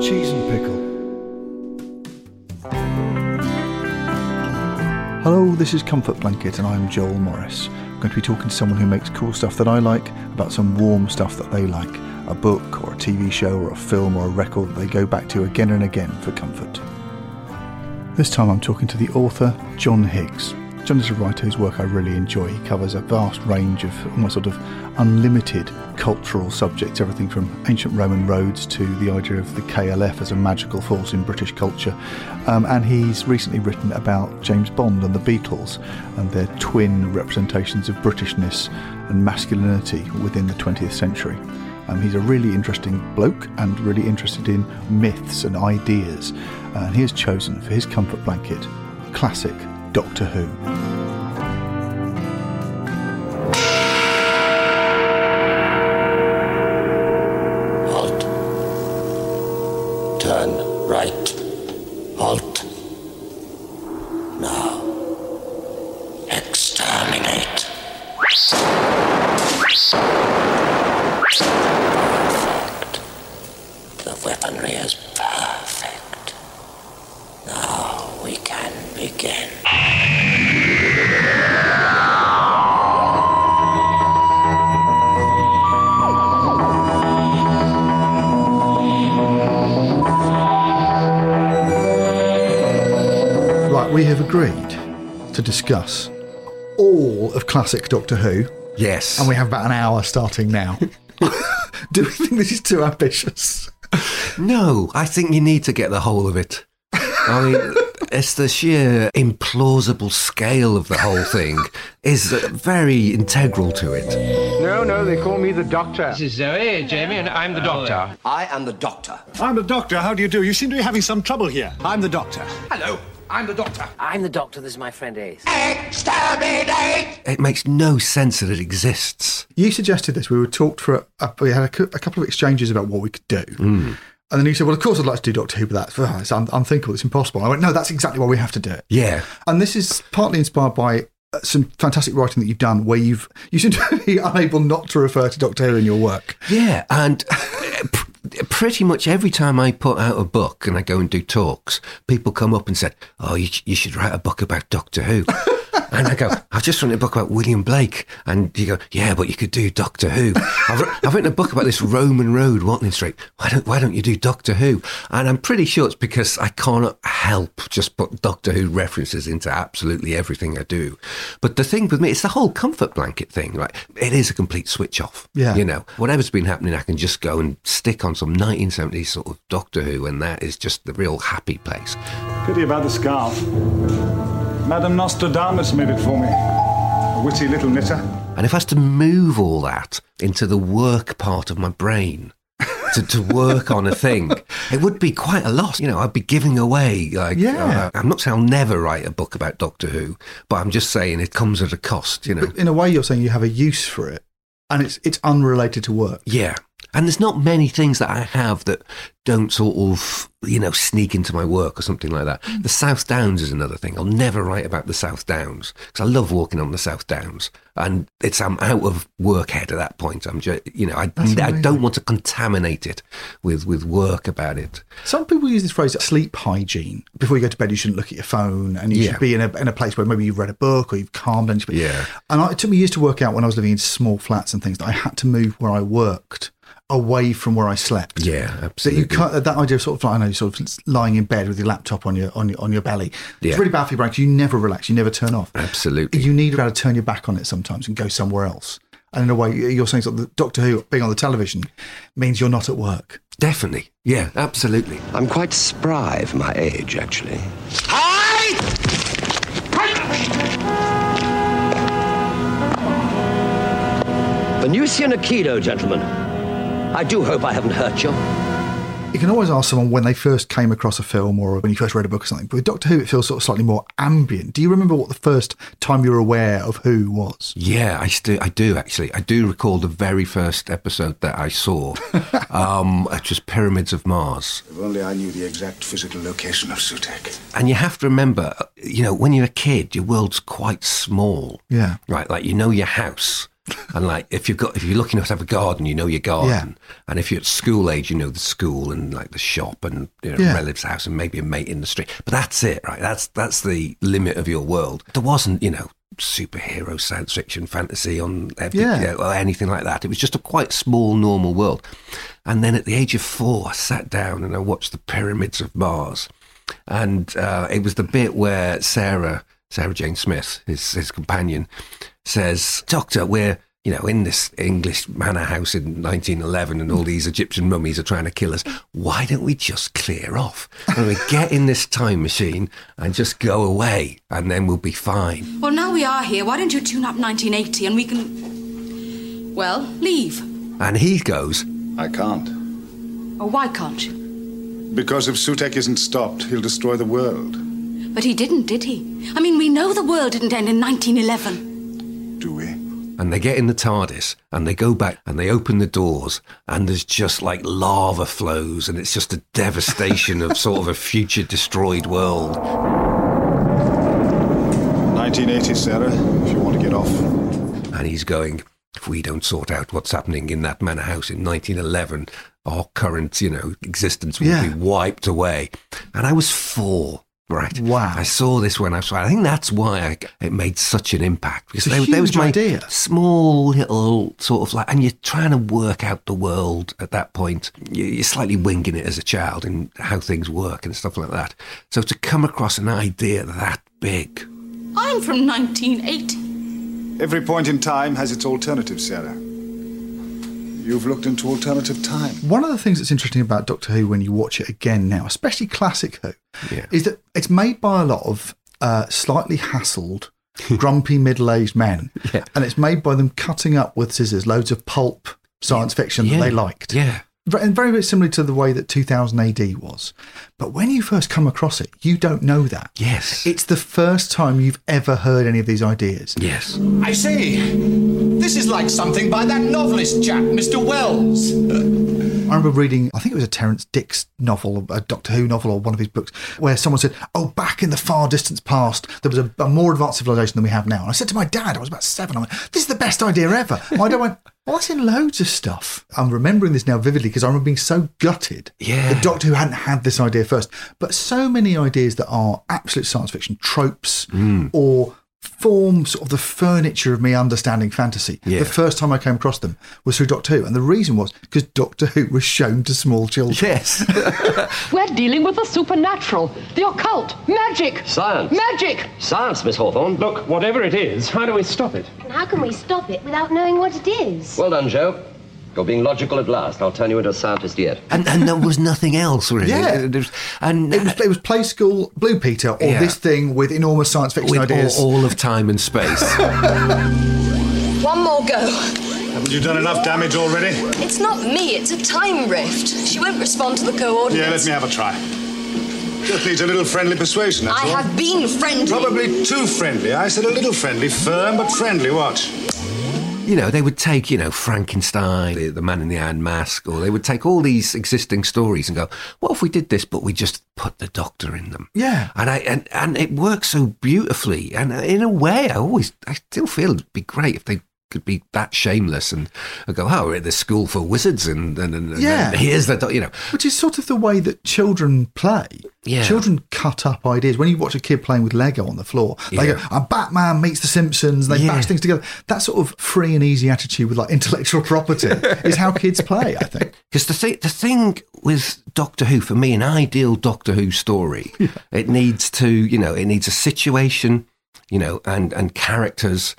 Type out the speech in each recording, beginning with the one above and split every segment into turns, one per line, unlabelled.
Cheese and pickle.
Hello, this is Comfort Blanket, and I'm Joel Morris. I'm going to be talking to someone who makes cool stuff that I like about some warm stuff that they like a book, or a TV show, or a film, or a record that they go back to again and again for comfort. This time I'm talking to the author, John Higgs. John is a writer whose work I really enjoy. He covers a vast range of almost sort of unlimited cultural subjects, everything from ancient Roman roads to the idea of the KLF as a magical force in British culture. Um, and he's recently written about James Bond and the Beatles and their twin representations of Britishness and masculinity within the 20th century. Um, he's a really interesting bloke and really interested in myths and ideas. And he has chosen for his comfort blanket classic Doctor Who.
Halt. Turn right. Halt. Now. Exterminate. Perfect. The weaponry is perfect. Now we can begin.
Right, we have agreed to discuss all of classic Doctor Who,
Yes.
and we have about an hour starting now. Do we think this is too ambitious?
no, I think you need to get the whole of it. I mean, it's the sheer implausible scale of the whole thing is uh, very integral to it.
No, no, they call me the doctor.
This is Zoe, Jamie, and I'm the doctor.
I am the doctor.
I'm the doctor. How do you do? You seem to be having some trouble here. I'm the doctor.
Hello, I'm the doctor.
I'm the doctor, this is my friend Ace.
Exterminate!
It makes no sense that it exists.
You suggested this. We were talked for a, we had a, cou- a couple of exchanges about what we could do.
Hmm.
And then you said, "Well, of course, I'd like to do Doctor Who, but that's ugh, it's un- unthinkable. It's impossible." I went, "No, that's exactly why we have to do it."
Yeah.
And this is partly inspired by uh, some fantastic writing that you've done, where you've you seem to be unable not to refer to Doctor Who in your work.
Yeah, and uh, pr- pretty much every time I put out a book and I go and do talks, people come up and said, "Oh, you, sh- you should write a book about Doctor Who." and I go, "I've just written a book about William Blake," and you go, "Yeah, but you could do Doctor Who." I've, wr- I've written a book about this Roman road, Watling Street. Why don't Why don't you do Doctor Who? And I'm pretty sure it's because I cannot help just put Doctor Who references into absolutely everything I do. But the thing with me, it's the whole comfort blanket thing, right? It is a complete switch off.
Yeah.
you know know, whatever's been happening, I can just go and stick on some 1970s sort of Doctor Who, and that is just the real happy place.
Pity about the scarf. Madame Nostradamus made it for me. A witty little knitter.
And if I was to move all that into the work part of my brain to, to work on a thing, it would be quite a loss. You know, I'd be giving away, like,
Yeah.
uh, I'm not saying I'll never write a book about Doctor Who, but I'm just saying it comes at a cost, you know.
But in a way, you're saying you have a use for it, and it's it's unrelated to work.
Yeah. And there's not many things that I have that don't sort of, you know, sneak into my work or something like that.
Mm.
The South Downs is another thing. I'll never write about the South Downs because I love walking on the South Downs. And it's, I'm out of work head at that point. I'm just, you know, I,
That's
I
amazing.
don't want to contaminate it with, with work about it.
Some people use this phrase sleep hygiene. Before you go to bed, you shouldn't look at your phone and you
Yeah.
should be in a, in a place where maybe you've read a book or you've calmed down. You should be-
Yeah.
And I, it took me years to work out when I was living in small flats and things that I had to move where I worked away from where I slept.
Yeah,
So
absolutely.
you can't, that idea of sort of like, I know you're sort of lying in bed with your laptop on your on your, on your belly.
Yeah.
It's really bad for your brain 'cause you never relax, you never turn off.
Absolutely.
You need to be able to turn your back on it sometimes and go somewhere else. And in a way, you're saying something that Doctor Who being on the television means you're not at work.
Definitely. Yeah, absolutely.
I'm quite spry for my age, actually. Venusia Aikido, gentlemen. I do hope I haven't hurt you.
You can always ask someone when they first came across a film or when you first read a book or something. But with Doctor Who, it feels sort of slightly more ambient. Do you remember what the first time you were aware of who was?
Yeah, I still I do actually. I do recall the very first episode that I saw, um, which was Pyramids of Mars.
If only I knew the exact physical location of Sutek.
And you have to remember, you know, when you're a kid, your world's quite small.
Yeah.
Right, like you know your house. And like if you've got if you're lucky enough to have a garden, you know your garden. And if you're at school age, you know the school and like the shop and you know,
Yeah.
relatives' house and maybe a mate in the street. But that's it, right? That's that's the limit of your world. There wasn't, you know, superhero science fiction fantasy on every,
Yeah.
yeah, or anything like that. It was just a quite small normal world. And then at the age of four, I sat down and I watched the Pyramids of Mars and uh, it was the bit where Sarah, Sarah Jane Smith, his his companion, says, "Doctor, we're you know in this English manor house in 1911, and all these Egyptian mummies are trying to kill us. Why don't we just clear off and we get in this time machine and just go away, and then we'll be fine."
Well, now we are here. Why don't you tune up 1980 and we can. Well, leave.
And he goes,
I can't.
Or Oh, why can't you?
Because if Sutek isn't stopped, he'll destroy the world.
But he didn't, did he? I mean, we know the world didn't end in 1911.
Do we?
and they get in the TARDIS and they go back and they open the doors and there's just like lava flows and it's just a devastation of sort of a future destroyed world.
1980, Sarah, if you want to get off.
and he's going, if we don't sort out what's happening in that manor house in 1911, our current, you know, existence will
Yeah.
be wiped away. And I was four, right?
Wow.
I saw this when I was. I think that's why I, it made such an impact because
It's a
there, there was
huge
my
idea.
small little sort of like, and you're trying to work out the world at that point. You- You're slightly winging it as a child and how things work and stuff like that. So to come across an idea that big.
I'm from 1980.
Every point in time has its alternative, Sarah. You've looked into alternative time.
One of the things that's interesting about Doctor Who when you watch it again now, especially classic Who,
Yeah.
is that it's made by a lot of uh, slightly hassled, grumpy middle-aged men,
Yeah.
and it's made by them cutting up with scissors loads of pulp science fiction that they liked.
Yeah.
Ve- and very very similar to the way that 2000 AD was. But when you first come across it, you don't know that.
Yes.
It's the first time you've ever heard any of these ideas.
yes.
I see. This is like something by that novelist chap, Mr. Wells.
I remember reading, I think it was a Terence Dix novel, a Doctor Who novel, or one of his books, where someone said, Oh, back in the far distant past, there was a, a more advanced civilization than we have now. And I said to my dad, I was about seven, I went, This is the best idea ever. My dad went, Well, that's in loads of stuff. I'm remembering this now vividly because I remember being so gutted
Yeah.
that Doctor Who hadn't had this idea first. But so many ideas that are absolute science fiction tropes
Mm.
or form sort of the furniture of me understanding fantasy.
Yeah.
The first time I came across them was through Doctor Who, and the reason was because Doctor Who was shown to small children.
Yes.
We're dealing with the supernatural, the occult, magic.
Science.
Magic!
Science, Miss Hawthorne.
Look, whatever it is, how do we stop it?
How can we stop it without knowing what it is?
Well done, Joe. You're being logical at last. I'll turn you into a scientist yet.
and, and there was nothing else really.
Yeah.
There was- and
It was, it was play school Blue Peter or
Yeah.
this thing with enormous science fiction
with
ideas.
all, all of time and space.
One more go.
Haven't you done enough damage already?
It's not me, it's a time rift. She won't respond to the
Yeah, let
coordinates.
me have a try. Just needs a little friendly persuasion, that's
I
all.
have been friendly.
Probably too friendly. I said a little friendly, firm but friendly. Watch.
you know, they would take, you know, Frankenstein, the, the man in the iron mask, or they would take all these existing stories and go, what if we did this, but we just put the doctor in them?
Yeah.
And I and, and it works so beautifully. And in a way, I always, I still feel it'd be great if they could be that shameless and, and go, oh, we're at this school for wizards and, and, and, and
Yeah.
then here's the, doc-" you know.
Which is sort of the way that children play.
Yeah.
Children cut up ideas. When you watch a kid playing with Lego on the floor, they
Yeah.
go, a Batman meets the Simpsons, they
Yeah.
bash things together. That sort of free and easy attitude with like intellectual property is how kids play, I think.
Because the, th- the thing with Doctor Who, for me, an ideal Doctor Who story, it needs to, you know, it needs a situation, you know, and, and characters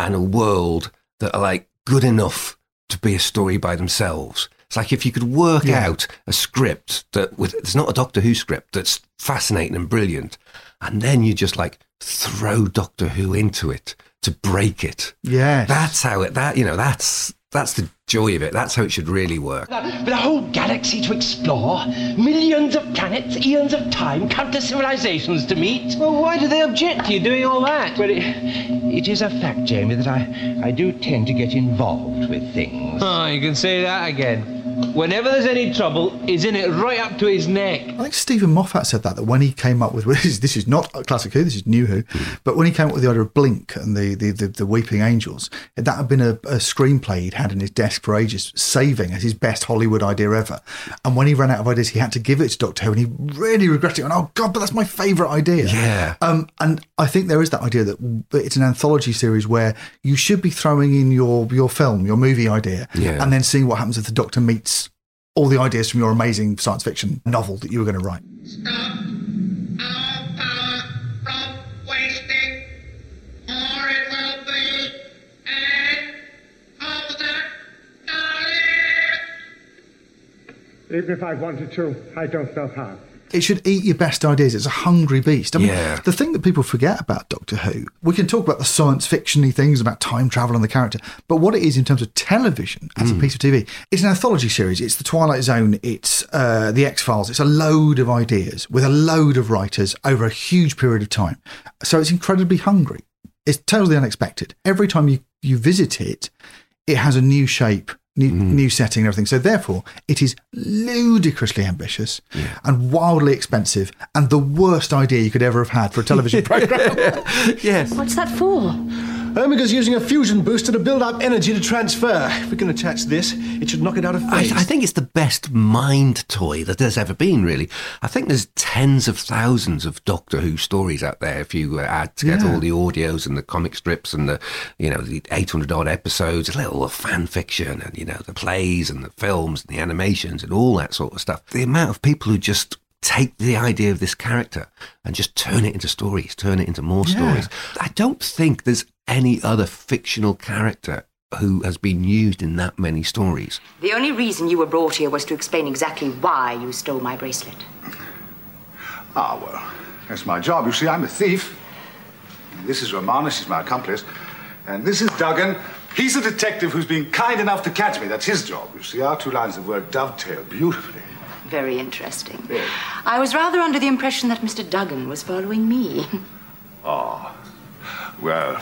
and a world that are like good enough to be a story by themselves. It's like if you could work
Yeah.
out a script that with it's not a Doctor Who script that's fascinating and brilliant, and then you just like throw Doctor Who into it to break it.
Yes.
That's how it that you know, that's that's the joy of it. That's how it should really work.
With a whole galaxy to explore, millions of planets, eons of time, countless civilizations to meet. Well, why do they object to you doing all that? Well, it, it is a fact, Jamie, that I, I do tend to get involved with things. Oh, you can say that again. Whenever there's any trouble, he's in it right up to his neck.
I think Stephen Moffat said that that when he came up with this is, this is not classic Who, this is new Who, but when he came up with the idea of Blink and the the, the, the Weeping Angels, that had been a, a screenplay he'd had in his desk for ages, saving as his best Hollywood idea ever. And when he ran out of ideas, he had to give it to Doctor Who, and he really regretted it. And oh god, but that's my favourite idea.
Yeah.
Um, and I think there is that idea that w- that it's an anthology series where you should be throwing in your your film, your movie idea,
Yeah.
and then seeing what happens if the Doctor meets all the ideas from your amazing science fiction novel that you were going to write.
Stop all power from wasting, or it will be an
Even if I wanted to, I don't know how.
It should eat your best ideas. It's a hungry beast. I mean,
Yeah.
the thing that people forget about Doctor Who, we can talk about the science fictiony things about time travel and the character, but what it is in terms of television as
Hmm.
a piece of TV, it's an anthology series. It's The Twilight Zone. It's uh, The X Files. It's a load of ideas with a load of writers over a huge period of time. So it's incredibly hungry. It's totally unexpected. Every time you, you visit it, it has a new shape, new, new setting, and everything. So therefore, it is ludicrously ambitious and wildly expensive, and the worst idea you could ever have had for a television program.
Yes.
What's that for?
Omega's using a fusion booster to build up energy to transfer. If we can attach this, it should knock it out of
I,
phase.
I think it's the best mind toy that there's ever been, really. I think there's tens of thousands of Doctor Who stories out there. If you uh, add together
Yeah.
all the audios and the comic strips and the, you know, the 800 odd episodes, a little fan fiction and, you know, the plays and the films and the animations and all that sort of stuff. The amount of people who just take the idea of this character and just turn it into stories, turn it into more
Yeah.
stories. I don't think there's any other fictional character who has been used in that many stories.
The only reason you were brought here was to explain exactly why you stole my bracelet.
Ah, well, that's my job. You see, I'm a thief. And This is Romana, she's my accomplice. And this is Duggan. He's a detective who's been kind enough to catch me. That's his job. You see, our two lines of work dovetail beautifully.
Very interesting. I was rather under the impression that Mr. Duggan was following me.
Ah. Well,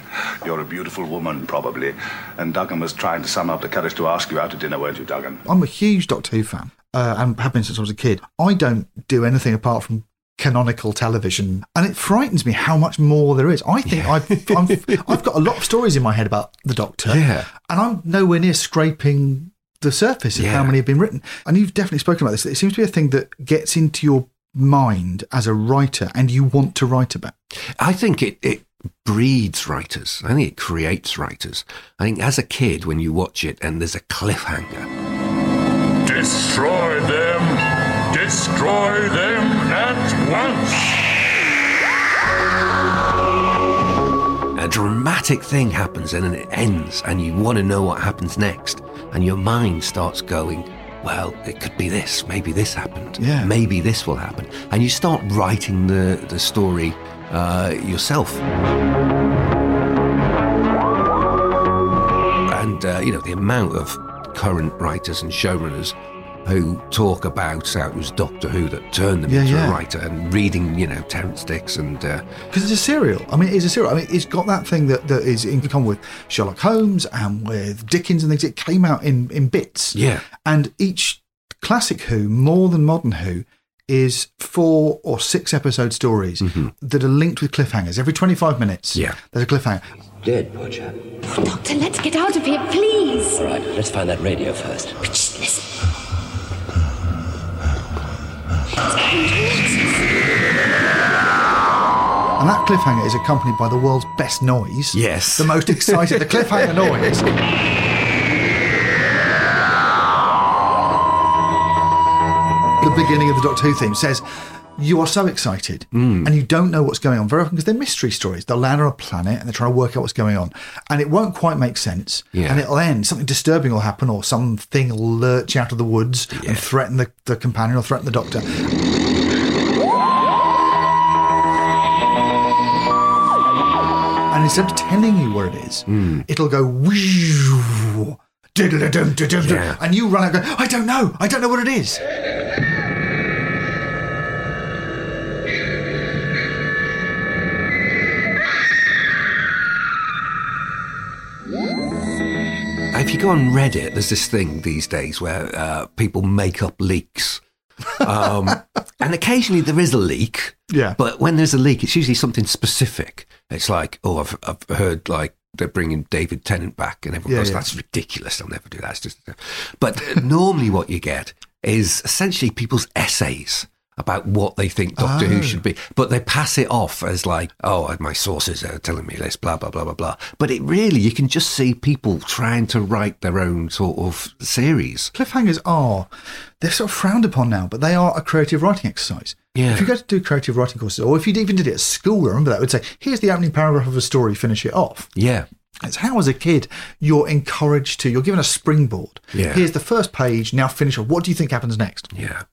you're a beautiful woman, probably. And Duggan was trying to summon up the courage to ask you out to dinner, weren't you, Duggan?
I'm a huge Doctor Who fan uh, and have been since I was a kid. I don't do anything apart from canonical television, and it frightens me how much more there is. I think I've, I'm, I've got a lot of stories in my head about the Doctor,
Yeah.
and I'm nowhere near scraping the surface of how
Yeah.
many have been written. And you've definitely spoken about this. It seems to be a thing that gets into your mind as a writer, and you want to write about.
I think it, it breeds writers. I think it creates writers. I think as a kid, when you watch it and there's a cliffhanger,
Destroy them! Destroy them at once!
a dramatic thing happens and then it ends, and you want to know what happens next, and your mind starts going, well, it could be this. Maybe this happened.
Yeah.
Maybe this will happen. And you start writing the, the story uh, yourself. and uh, you know the amount of current writers and showrunners who talk about how it was Doctor Who that turned them
Yeah,
into
yeah.
a writer and reading, you know, Terence Dicks and uh,
Because it's a serial. I mean, it is a serial. I mean, it's got that thing that, that is in common with Sherlock Holmes and with Dickens and things. It came out in, in bits.
Yeah.
And each classic Who, more than modern Who, is four or six episode stories
Mm-hmm.
that are linked with cliffhangers. Every 25 minutes, yeah. there's a cliffhanger.
Dead, poor chap.
Doctor, let's get out of here, please.
All right, let's find that radio first.
Listen.
And that cliffhanger is accompanied by the world's best noise. Yes. The most exciting, the cliffhanger noise. the beginning of the Doctor Who theme says, you are so excited and you don't know what's going on very often because they're mystery stories. They'll land on a planet and they're trying to work out what's going on. And it won't quite make sense.
Yeah.
And it'll end. Something disturbing will happen or something will lurch out of the woods and threaten the, the companion or threaten the doctor. And instead of telling you what it is, it'll go "Whew, diddle-a-dum, diddle-a-dum,"
Yeah.
and you run out and go, I don't know, I don't know what it is.
If you go on Reddit, there's this thing these days where uh, people make up leaks. Um, and occasionally there is a leak.
Yeah.
But when there's a leak, it's usually something specific. It's like, oh, I've, I've heard like they're bringing David Tennant back, and everyone
Yeah,
goes,
yeah.
that's ridiculous. They'll never do that. It's just, but uh, normally what you get is essentially people's essays about what they think Doctor
Oh.
Who should be, but they pass it off as like, oh, my sources are telling me this, blah, blah, blah, blah, blah. But it really, you can just see people trying to write their own sort of series.
Cliffhangers are, they're sort of frowned upon now, but they are a creative writing exercise.
Yeah.
If you go to do creative writing courses, or if you even did it at school, I remember that would say, here's the opening paragraph of a story, finish it off.
Yeah.
It's how, as a kid, you're encouraged to, you're given a springboard.
Yeah.
Here's the first page, now finish off. What do you think happens next?
Yeah.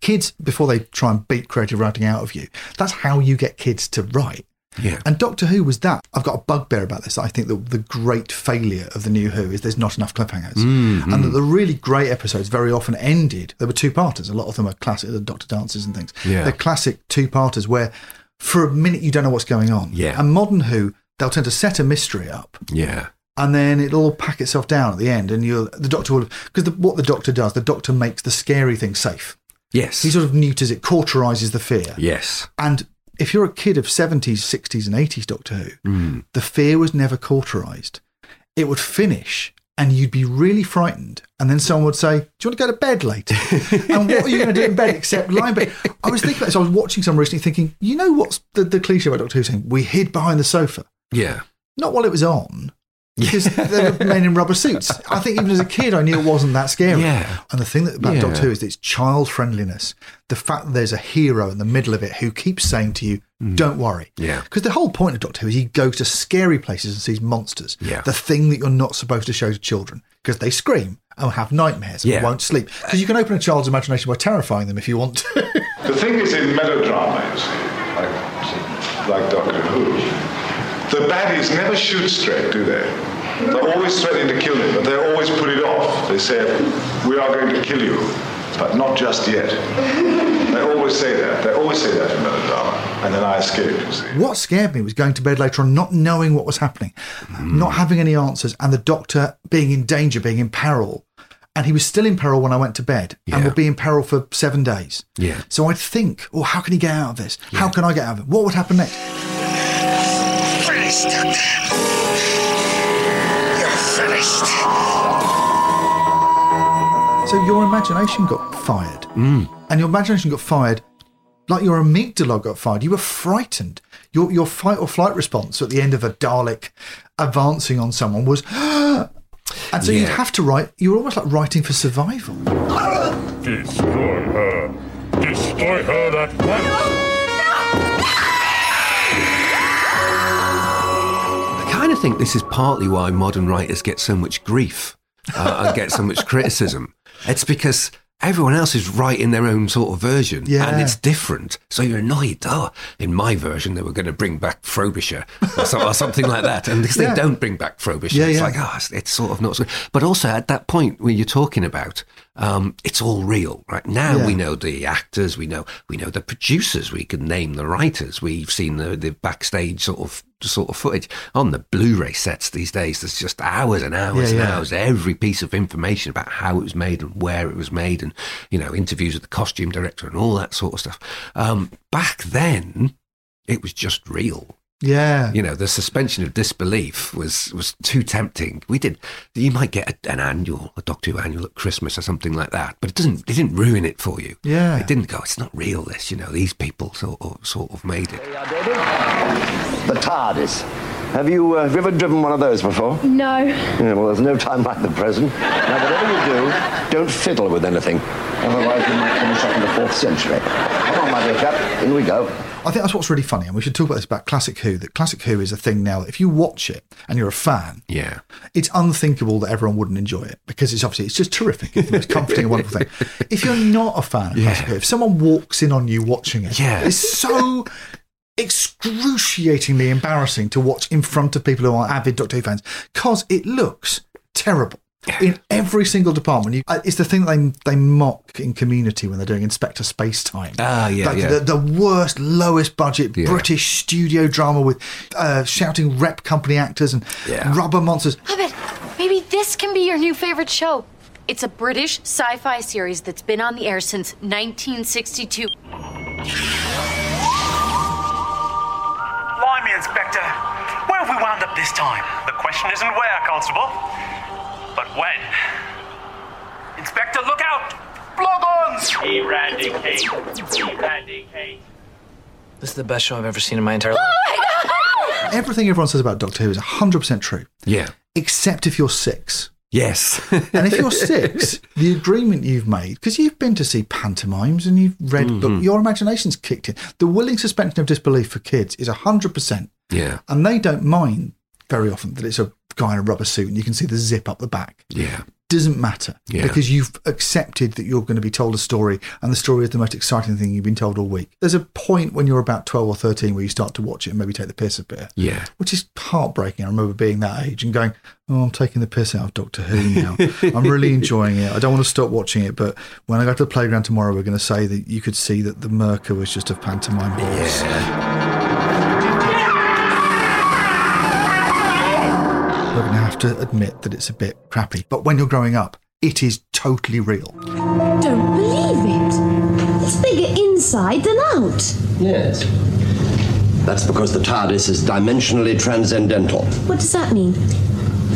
Kids, before they try and beat creative writing out of you, that's how you get kids to write.
Yeah.
And Doctor Who was that. I've got a bugbear about this. I think the, the great failure of the new Who is there's not enough cliffhangers.
Mhm.
And that the really great episodes very often ended. There were two parters. A lot of them are classic, the Doctor Dances and things.
Yeah.
They're classic two parters where for a minute you don't know what's going on.
Yeah.
And modern Who, they'll tend to set a mystery up
Mm. Yeah.
and then it'll all pack itself down at the end and you'll the doctor will because the, what the doctor does the doctor makes the scary thing safe
Yes.
he sort of neuters it cauterizes the fear
Yes.
and if you're a kid of 70s 60s and 80s doctor who
Mm.
the fear was never cauterized it would finish and you'd be really frightened and then someone would say do you want to go to bed later and what are you going to do in bed except lie in bed i was thinking about this i was watching some recently thinking you know what's the, the cliche about doctor who saying we hid behind the sofa
Yeah.
not while it was on because they were men in rubber suits. I think even as a kid, I knew it wasn't that scary.
Yeah.
And the thing that about
Yeah.
Doctor Who is its child friendliness. The fact that there's a hero in the middle of it who keeps saying to you, "Don't worry,"
Mm. Yeah.
because the whole point of Doctor Who is he goes to scary places and sees monsters.
Yeah.
The thing that you're not supposed to show to children because they scream and have nightmares and
Yeah.
won't sleep. Because you can open a child's imagination by terrifying them if you want to.
The thing is, in melodrama, you see, like, like Doctor Who, the baddies never shoot straight, do they? They're always threatening to kill me, but they always put it off. They say, we are going to kill you, but not just yet. They always say that. They always say that in melodrama. And then I escape, you see.
What scared me was going to bed later on, not knowing what was happening, not having any answers, and the doctor being in danger, being in peril. And he was still in peril when I went to bed and
Yeah.
would be in peril for seven days.
Yeah.
So I'd think, oh, how can he get out of this? How can I get out of it? What would happen next?
Finished, Doctor. You're finished.
So your imagination got fired. And your imagination got fired like your amygdala got fired. You were frightened. Your, your fight or flight response at the end of a Dalek advancing on someone was. And so you'd
Yeah.
have to write, you were almost like writing for survival.
Destroy her. Destroy her at once.
I kind of think this is partly why modern writers get so much grief uh, and get so much criticism. It's because everyone else is writing their own sort of version
Yeah.
and it's different. So you're annoyed. Oh, in my version, they were going to bring back Frobisher or, so, or something like that. And because
Yeah.
they don't bring back Frobisher,
Yeah,
it's
yeah.
like, oh, it's, it's sort of not so. But also at that point where you're talking about um, it's all real, right? Now
Yeah.
we know the actors, we know we know the producers, we can name the writers, we've seen the, the backstage sort of sort of footage on the Blu-ray sets these days. There's just hours and hours
Yeah,
and
yeah.
hours, every piece of information about how it was made and where it was made, and you know interviews with the costume director and all that sort of stuff. Um, back then, it was just real.
Yeah.
You know, the suspension of disbelief was was too tempting. We did. You might get a, an annual, a Doctor Who annual at Christmas or something like that, but it doesn't. It didn't ruin it for you.
Yeah.
It didn't go. It's not real. This. You know, these people sort of sort of made it.
The TARDIS. Have you, uh, have you ever driven one of those before?
No.
Yeah, well, there's no time like the present. Now, whatever you do, don't fiddle with anything. Otherwise, you might finish up in the fourth century. Come on, my dear chap. Here we go.
I think that's what's really funny, and we should talk about this about Classic Who. That Classic Who is a thing now that if you watch it and you're a fan,
yeah,
it's unthinkable that everyone wouldn't enjoy it because it's obviously it's just terrific, it's the most comforting and wonderful thing. If you're not a fan of Classic Who, if someone walks in on you watching it,
Yeah.
it's so excruciatingly embarrassing to watch in front of people who are avid Doctor Who fans because it looks terrible. In every single department, you, uh, it's the thing that they they mock in Community when they're doing Inspector Space Time.
Ah, yeah,
like
yeah.
The, the worst, lowest budget British studio drama with uh, shouting rep company actors and rubber monsters.
Hubbard, maybe this can be your new favorite show. It's a British sci fi series that's been on the air since 1962.
Blimey, Inspector. Where have we wound up this time? The question isn't where, Constable, but when. Inspector, look out! Blogons! Eradicate. Eradicate.
This is the best show I've ever seen in my entire life.
Everything everyone says about Doctor Who is 100% true,
Yeah.
except if you're six.
Yes.
and if you're six, the agreement you've made, because you've been to see pantomimes and you've read,
Mm-hmm.
look, your imagination's kicked in. The willing suspension of disbelief for kids is 100%.
Yeah.
And they don't mind very often that it's a guy in a rubber suit and you can see the zip up the back.
Yeah.
Doesn't matter
Yeah.
because you've accepted that you're going to be told a story and the story is the most exciting thing you've been told all week. There's a point when you're about 12 or 13 where you start to watch it and maybe take the piss a bit
Yeah.
which is heartbreaking. I remember being that age and going, "Oh, I'm taking the piss out of Doctor Who now. I'm really enjoying it. I don't want to stop watching it." But when I go to the playground tomorrow, we're going to say that you could see that the Merker was just a pantomime horse. We're going to have to admit that it's a bit crappy, but when you're growing up, it is totally real.
Don't believe it. It's bigger inside than out.
Yes. That's because the TARDIS is dimensionally transcendental.
What does that mean?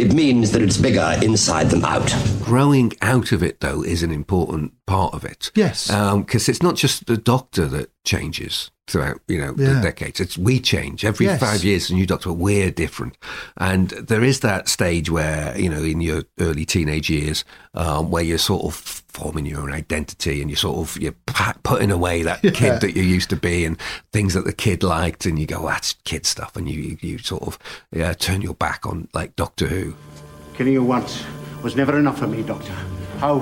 It means that it's bigger inside than out.
growing out of it though is an important part of it
yes
because it's not just the doctor that changes throughout you know
Yeah.
the decades it's we change every
Yes.
five years a new doctor we're different and there is that stage where you know in your early teenage years um, where you're sort of forming your own identity and you're sort of you're pa- putting away that
Yeah.
kid that you used to be and things that the kid liked and you go that's kid stuff and you you, you sort of yeah, turn your back on like doctor who
Killing you once was never enough for me, Doctor. How.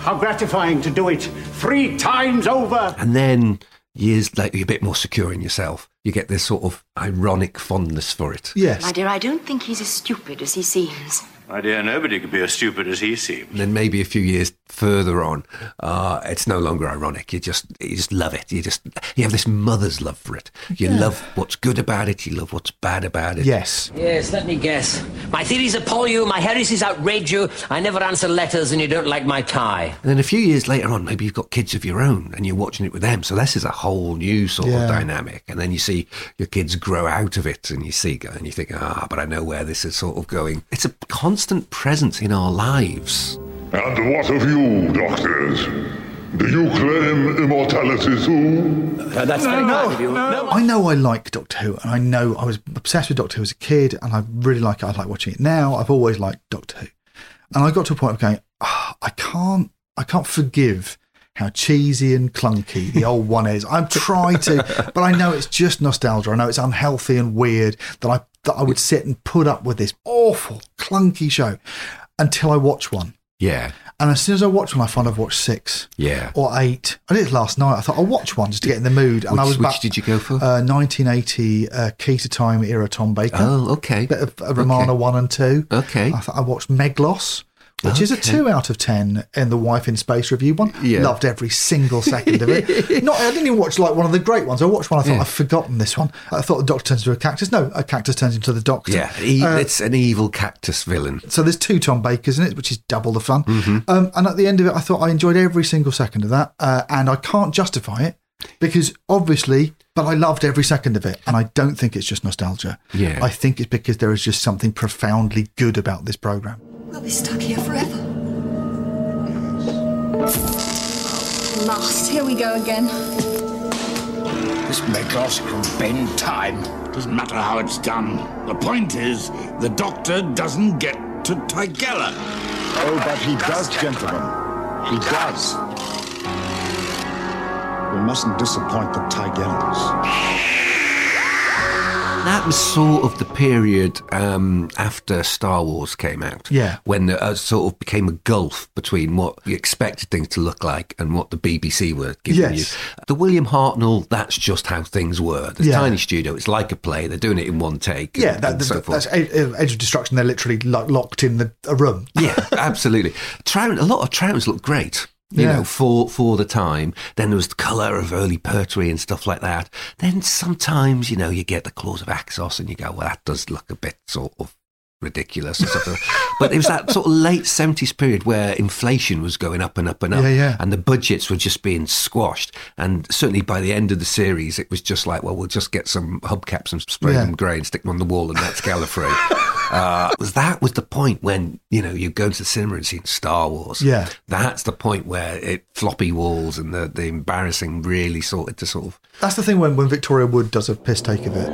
how gratifying to do it three times over!
And then years later, you're a bit more secure in yourself. You get this sort of ironic fondness for it.
My dear, I don't think he's as stupid as he seems.
My dear, nobody could be as stupid as he seems.
And then maybe a few years further on, uh, it's no longer ironic. You just you just love it. You just you have this mother's love for it. You
Yeah.
love what's good about it. You love what's bad about it.
Yes.
Yes, let me guess. My theories appall you, my heresies outrage you, I never answer letters, and you don't like my tie.
And then a few years later on, maybe you've got kids of your own and you're watching it with them. So this is a whole new sort
Yeah.
of dynamic. And then you see your kids grow out of it and you see, and you think, ah, but I know where this is sort of going. It's a constant presence in our lives.
And what of you, doctors? Do you claim immortality too?
Uh, that's very No, kind of you. I know I like Doctor Who, and I know I was obsessed with Doctor Who as a kid, and I really like it. I like watching it now. I've always liked Doctor Who, and I got to a point of going, "Ah, I can't, I can't forgive how cheesy and clunky the old one is. I'm trying to, but I know it's just nostalgia. I know it's unhealthy and weird that I that I would sit and put up with this awful clunky show until I watch one.
Yeah.
And as soon as I watch one, I find I've watched six.
Yeah.
or eight. I did it last night. I thought I'll watch one just to get in the mood. And
which,
I was
which
back,
did you go for?
Uh, 1980 uh, Keter Time era Tom Baker.
Oh, okay.
Bit of a Romana
Okay.
one and two.
Okay.
I thought I watched Meglos, which is a
Okay.
two out of ten in the Wife in Space review one.
Yeah.
Loved every single second of it. Not, I didn't even watch like one of the great ones. I watched one. I thought
Yeah.
I've forgotten this one. I thought the Doctor turns into a cactus. No, a cactus turns into the Doctor.
Yeah, he,
Uh,
it's an evil cactus villain.
so there's two Tom Bakers in it, which is double the fun.
Mhm.
Um, and at the end of it, I thought I enjoyed every single second of that, uh, and I can't justify it because obviously, but I loved every second of it, and I don't think it's just nostalgia.
Yeah.
I think it's because there is just something profoundly good about this program.
We'll be stuck here forever. Last, here we go again.
This Megos can bend time. Doesn't matter how it's done. The point is, the Doctor doesn't get to Tigella. Oh, but he does, gentlemen. He does.
We mustn't disappoint the Tigellans.
That was sort of the period um, after Star Wars came out.
Yeah.
When there uh, sort of became a gulf between what you expected things to look like and what the BBC were giving
Yes.
you. The William Hartnell, that's just how things were. The
Yeah.
tiny studio, it's like a play. They're doing it in one take.
Yeah,
and,
that,
and so forth.
that's Ed- Ed- Edge of Destruction. They're literally like locked in the, a room.
yeah, absolutely. Trout, a lot of Trouts look great. You
Yeah.
know, for for the time. Then there was the colour of early Pertwee and stuff like that. Then sometimes, you know, you get the claws of Axos and you go, well, that does look a bit sort of ridiculous or something. but it was that sort of late seventies period where inflation was going up and up and up,
Yeah, yeah.
and the budgets were just being squashed. And certainly by the end of the series, it was just like, well, we'll just get some hubcaps and spray
Yeah.
them grey and stick them on the wall, and that's Gallifrey. uh, was that was the point when you know you go to the cinema and see Star Wars?
Yeah.
that's the point where it floppy walls and the the embarrassing really sorted to sort of
That's the thing when, when Victoria Wood does a piss take of it.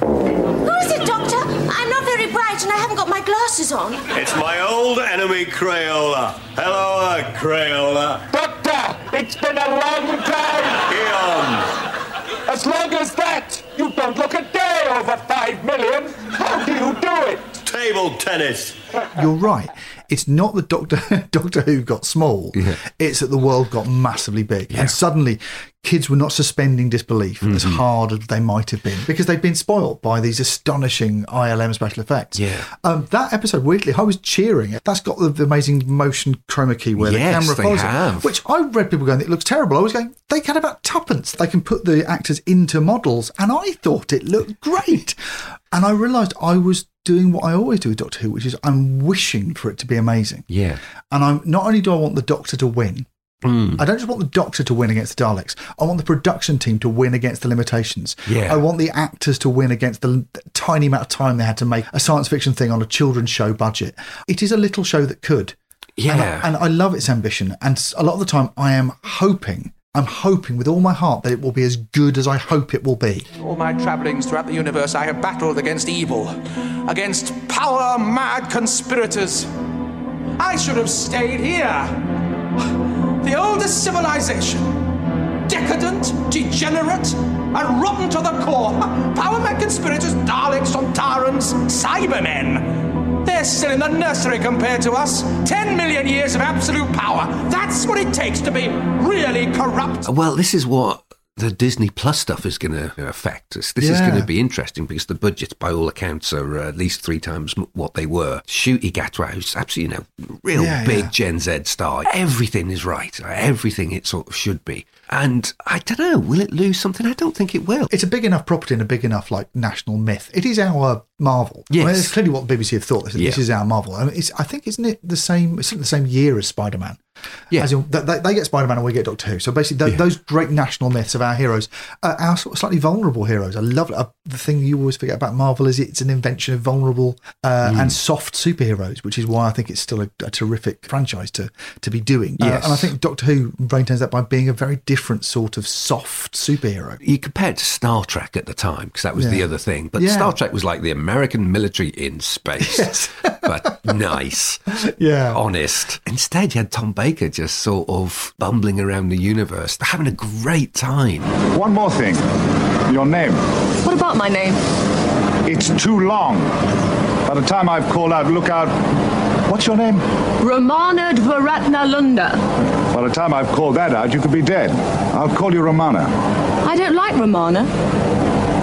Who is it, Doctor? I'm not very bright and I haven't got my glasses on.
It's my old enemy, Crayola. Hello, uh, Crayola. Doctor, it's been a long time.
As long as that, you don't look a day over five million. How do you do it?
Table tennis.
You're right. It's not that Doctor Doctor Who got small. It's that the world got massively big, and suddenly kids were not suspending disbelief as hard as they might have been because they've been spoiled by these astonishing ILM special effects.
Yeah.
Um, that episode, weirdly, I was cheering. That's got the, the amazing motion chroma key where
Yes,
the camera
they
follows it,
have.
which I read people going, "It looks terrible." I was going, "They can about tuppence. They can put the actors into models," and I thought it looked great. and I realised I was doing what I always do with Doctor Who, which is I'm wishing for it to be amazing.
yeah.
And I'm not only do I want the Doctor to win,
Mm.
I don't just want the Doctor to win against the Daleks. I want the production team to win against the limitations.
Yeah.
I want the actors to win against the l- tiny amount of time they had to make a science fiction thing on a children's show budget. It is a little show that could. And I,
Yeah.
and I love its ambition. And s- a lot of the time, I am hoping, I'm hoping with all my heart that it will be as good as I hope it will be.
All my travelings throughout the universe, I have battled against evil, against power mad conspirators. I should have stayed here. The oldest civilization. Decadent, degenerate, and rotten to the core. Power mad conspirators, Daleks, Sontarans, Cybermen. They're still in the nursery compared to us. Ten million years of absolute power. That's what it takes to be really corrupt.
Uh, Well, this is what the Disney Plus stuff is going to affect us. This is
Yeah.
going to be interesting because the budgets, by all accounts, are uh, at least three times m- what they were. Shooty Gatwa, who's absolutely you know, real
Yeah,
big
yeah.
Gen Z star. Everything is right. Everything it sort of should be. And I don't know, will it lose something? I don't think it will.
It's a big enough property and a big enough like national myth. It is our Marvel. I mean,
Yes.
it's clearly what the BBC have thought. This, this
Yeah.
is our Marvel. I, mean, it's, I think isn't it the same? It's the same year as Spider Man.
Yeah.
As in, th- they, they get Spider Man and we get Doctor Who. So basically, th- those great national myths of our heroes, uh, our sort of slightly vulnerable heroes. I love it. Uh, the thing you always forget about Marvel is it's an invention of vulnerable uh,
Mm.
and soft superheroes, which is why I think it's still a, a terrific franchise to to be doing. Uh,
Yes.
and I think Doctor Who maintains that by being a very different sort of soft superhero.
You compare it to Star Trek at the time because that was the
Yeah.
other thing. But
Yeah.
Star Trek was like the American military in space, but nice,
yeah,
honest. Instead, you had Tom Baker just sort of bumbling around the universe, having a great time.
One more thing. Your name.
What about my name?
It's too long. By the time I've called out, look out. What's your name?
Romana Dvaratnalunda.
By the time I've called that out, you could be dead. I'll call you Romana.
I don't like Romana.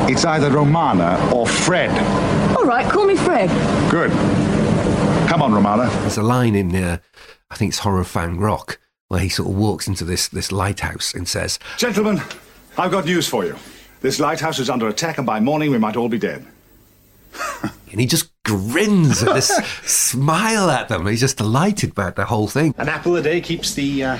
It's either Romana or Fred.
All right, call me Fred.
Good. Come on, Romana.
There's a line in, uh, I think it's Horror Fan Rock, where he sort of walks into this, this lighthouse and says,
Gentlemen, I've got news for you. This lighthouse is under attack, and by morning we might all be dead.
and he just grins and this smile at them. He's just delighted about the whole thing.
An apple a day keeps the. Uh...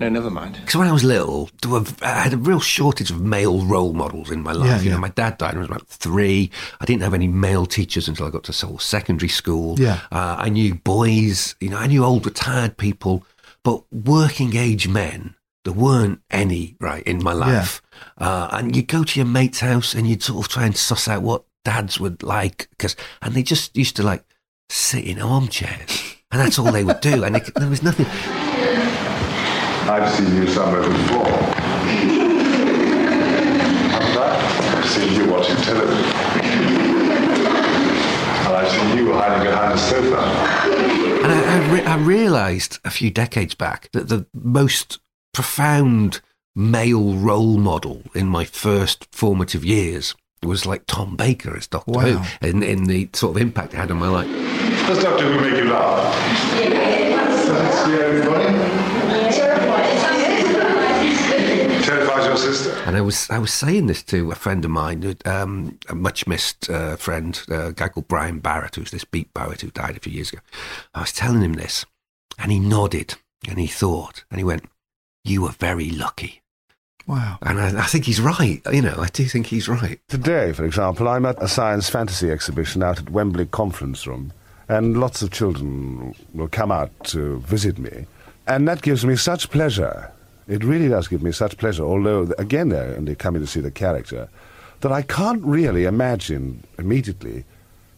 No, never mind.
Because when I was little, there were, I had a real shortage of male role models in my life.
Yeah,
you know,
yeah.
my dad died when I was about three. I didn't have any male teachers until I got to sort of secondary school.
Yeah.
Uh, I knew boys, you know, I knew old retired people, but working age men, there weren't any, right, in my life. Uh, and you go to your mate's house and you'd sort of try and suss out what dads would like. Cause, and they just used to like sit in armchairs. And that's all they would do. And they, could- there was nothing.
I've seen you somewhere before. How's that? I've seen you watching television. And I've seen you hiding behind a sofa.
And I, I, re- I realised a few decades back that the most profound male role model in my first formative years was like Tom Baker as Doctor
Wow.
Who, in, in the sort of impact it had on my life.
Does Doctor Who make you laugh? Does it scare everybody? Terrifies your sister?
And I was I was saying this to a friend of mine, who'd, um, a much missed uh, friend, uh, a guy called Brian Barrett, who's this beat poet who died a few years ago. I was telling him this, and he nodded and he thought and he went, "You were very lucky."
Wow.
And I, I think he's right. You know, I do think he's right.
Today, for example, I'm at a science fantasy exhibition out at Wembley Conference Room, and lots of children will come out to visit me, and that gives me such pleasure. It really does give me such pleasure, although, again, they're only coming to see the character, that I can't really imagine immediately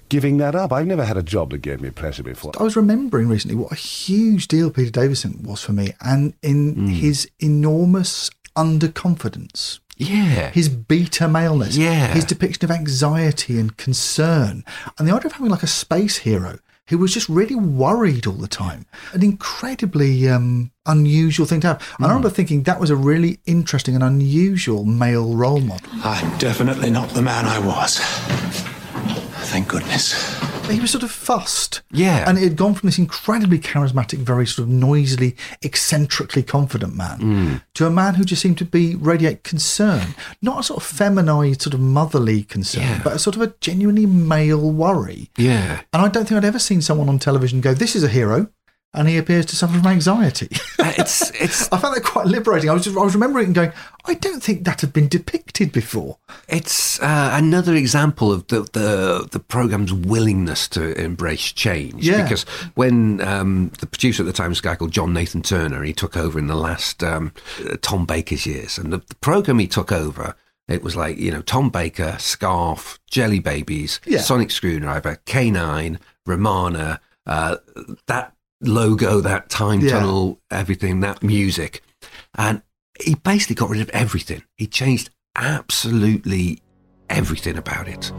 giving that up. I've never had a job that gave me pleasure before.
I was remembering recently what a huge deal Peter Davison was for me, and in
Hmm.
his enormous underconfidence.
Yeah.
His beta maleness.
Yeah.
His depiction of anxiety and concern. And the idea of having like a space hero who was just really worried all the time. An incredibly um, unusual thing to have. And I
Hmm.
remember thinking that was a really interesting and unusual male role model.
I'm definitely not the man I was. Thank goodness.
But He was sort of fussed.
Yeah.
And it had gone from this incredibly charismatic, very sort of noisily, eccentrically confident man
Mm.
Mm.
to a man who just seemed to be radiate concern. Not a sort of feminized, sort of motherly concern, but a sort of a genuinely male worry.
Yeah.
And I don't think I'd ever seen someone on television go, This is a hero. And he appears to suffer from anxiety.
Uh, It's, it's.
I found that quite liberating. I was, just, I was remembering it and going, I don't think that had been depicted before.
It's uh, another example of the, the the program's willingness to embrace change.
Yeah.
Because when um, the producer at the time was a guy called John Nathan Turner, he took over in the last um, uh, Tom Baker's years, and the, the program he took over. It was like, you know, Tom Baker, Scarf, Jelly Babies,
Yeah.
Sonic Screwdriver, K9, Romana, uh, that logo, that time
Yeah.
tunnel, everything, that music. And he basically got rid of everything. He changed absolutely everything about it.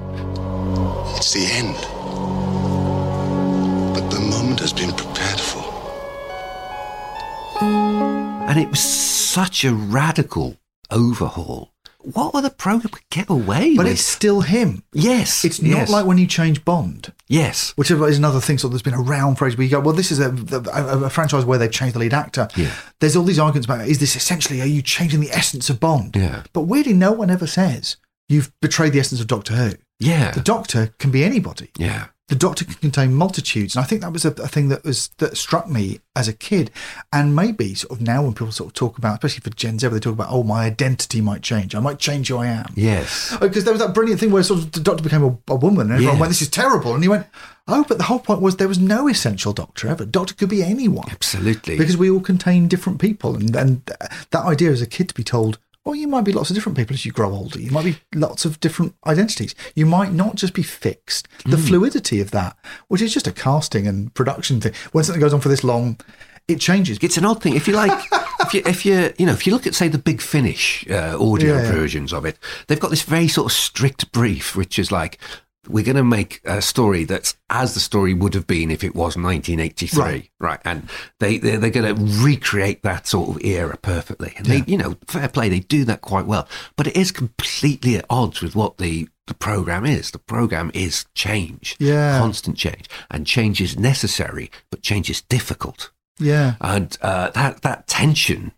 It's the end. But the moment has been prepared for.
And it was such a radical overhaul. What other program could get away
But
with?
it's still him.
Yes.
It's
yes.
not like when you change Bond.
Yes.
Which is another thing, sort of, that's been around for ages. Where you go, well, this is a, a, a franchise where they've changed the lead actor.
Yeah.
There's all these arguments about is this essentially, are you changing the essence of Bond?
Yeah.
But weirdly, no one ever says you've betrayed the essence of Doctor Who.
Yeah.
The Doctor can be anybody.
Yeah.
The Doctor can contain multitudes, and I think that was a, a thing that was that struck me as a kid, and maybe sort of now when people sort of talk about, especially for Gen Z, where they talk about, oh, my identity might change, I might change who I am.
Yes.
Because there was that brilliant thing where sort of the doctor became a, a woman and everyone
Yeah.
went, this is terrible. And he went, oh, but the whole point was there was no essential doctor ever. Doctor could be anyone.
Absolutely.
Because we all contain different people. And, and th- that idea as a kid to be told, well, you might be lots of different people as you grow older. You might be lots of different identities. You might not just be fixed. The
Mm.
fluidity of that, which is just a casting and production thing. When something goes on for this long, it changes.
It's an odd thing. If you like, if you if you you know if you look at say the big finish uh, audio
Yeah, yeah.
versions of it they've got this very sort of strict brief which is like We're going to make a story that's as the story would have been if it was 1983,
Right.
And they they're, they're going to recreate that sort of era perfectly. And they, you know, fair play, they do that quite well. But it is completely at odds with what the the program is. The program is change,
Yeah.
constant change, and change is necessary, but change is difficult
Yeah.
and uh, that that tension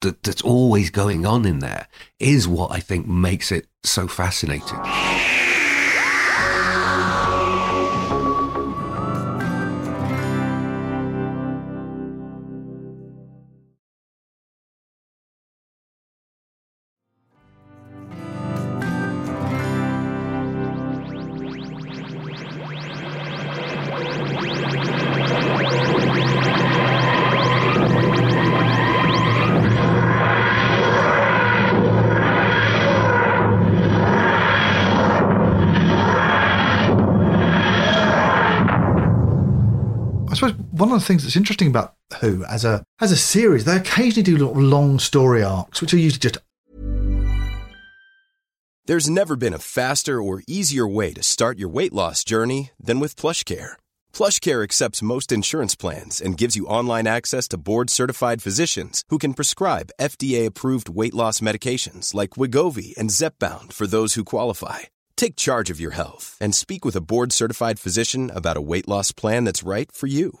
that that's always going on in there is what I think makes it so fascinating.
I suppose one of the things that's interesting about Who as a as a series, they occasionally do little long story arcs, which are usually just
There's never been a faster or easier way to start your weight loss journey than with PlushCare. PlushCare accepts most insurance plans and gives you online access to board-certified physicians who can prescribe FDA-approved weight loss medications like Wigovi and Zepbound for those who qualify. Take charge of your health and speak with a board-certified physician about a weight loss plan that's right for you.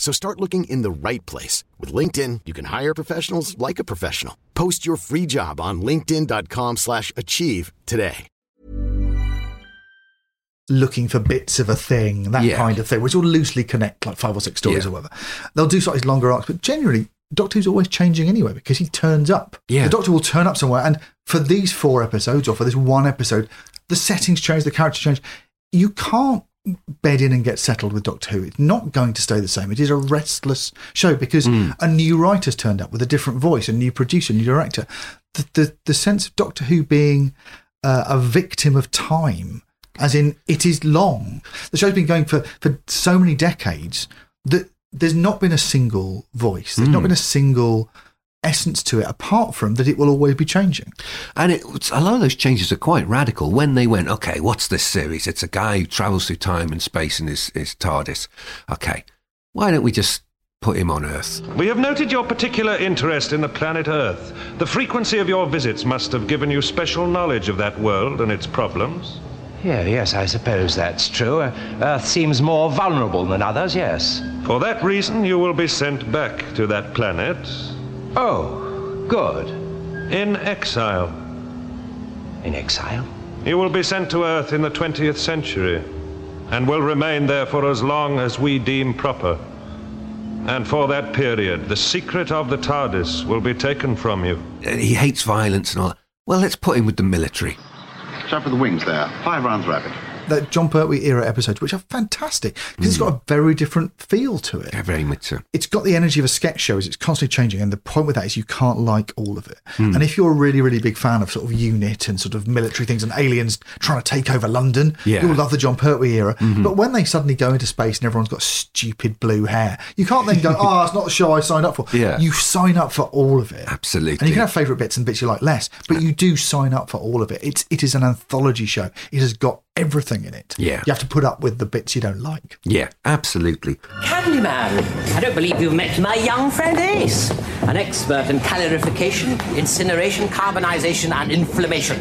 So start looking in the right place. With LinkedIn, you can hire professionals like a professional. Post your free job on linkedin.com slash achieve today.
looking for bits of a thing, that
Yeah.
kind of thing, which will loosely connect like five or six stories
Yeah.
or whatever. They'll do sort of these longer arcs, but generally Doctor Who's always changing anyway because he turns up.
Yeah.
The Doctor will turn up somewhere and for these four episodes or for this one episode, the settings change, the characters change. You can't bed in and get settled with Doctor Who. It's not going to stay the same. It is a restless show because
Hmm.
a new writer's turned up with a different voice, a new producer, new director. The the, the sense of Doctor Who being uh, a victim of time, as in it is long. The show's been going for for so many decades that there's not been a single voice. There's not
Mm.
been a single essence to it apart from that it will always be changing.
And it, a lot of those changes are quite radical. When they went, okay, what's this series? It's a guy who travels through time and space in his, his TARDIS. Okay, why don't we just put him on Earth?
We have noted your particular interest in the planet Earth. The frequency of your visits must have given you special knowledge of that world and its problems.
Yeah, yes, I suppose that's true. Uh, Earth seems more vulnerable than others, yes.
For that reason, you will be sent back to that planet. Oh, good. In exile. In exile? You will be sent to Earth in the 20th century and will remain there for as long as we deem proper. And for that period, the secret of the TARDIS will be taken from you.
Uh, He hates violence and all that. Well, let's put him with the military.
Chap with the wings there. Five rounds rapid.
That John Pertwee era episodes, which are fantastic because it's got a very different feel to it.
Hmm. Yeah, very much so.
it's got the energy of a sketch show as it's constantly changing and the point with that is you can't like all of it
Hmm.
and if you're a really really big fan of sort of unit and sort of military things and aliens trying to take over london
Yeah.
you'll love the john pertwee era
Mhm.
but when they suddenly go into space and everyone's got stupid blue hair you can't then go oh it's not the show i signed up for
Yeah.
you sign up for all of it
Absolutely.
and you can have favourite bits and bits you like less, but you do sign up for all of it. It's it is an anthology show. It has got everything in it.
Yeah.
You have to put up with the bits you don't like.
Yeah, absolutely.
Candyman, I don't believe you've met my young friend Ace, an expert in calorification, incineration, carbonization, and inflammation.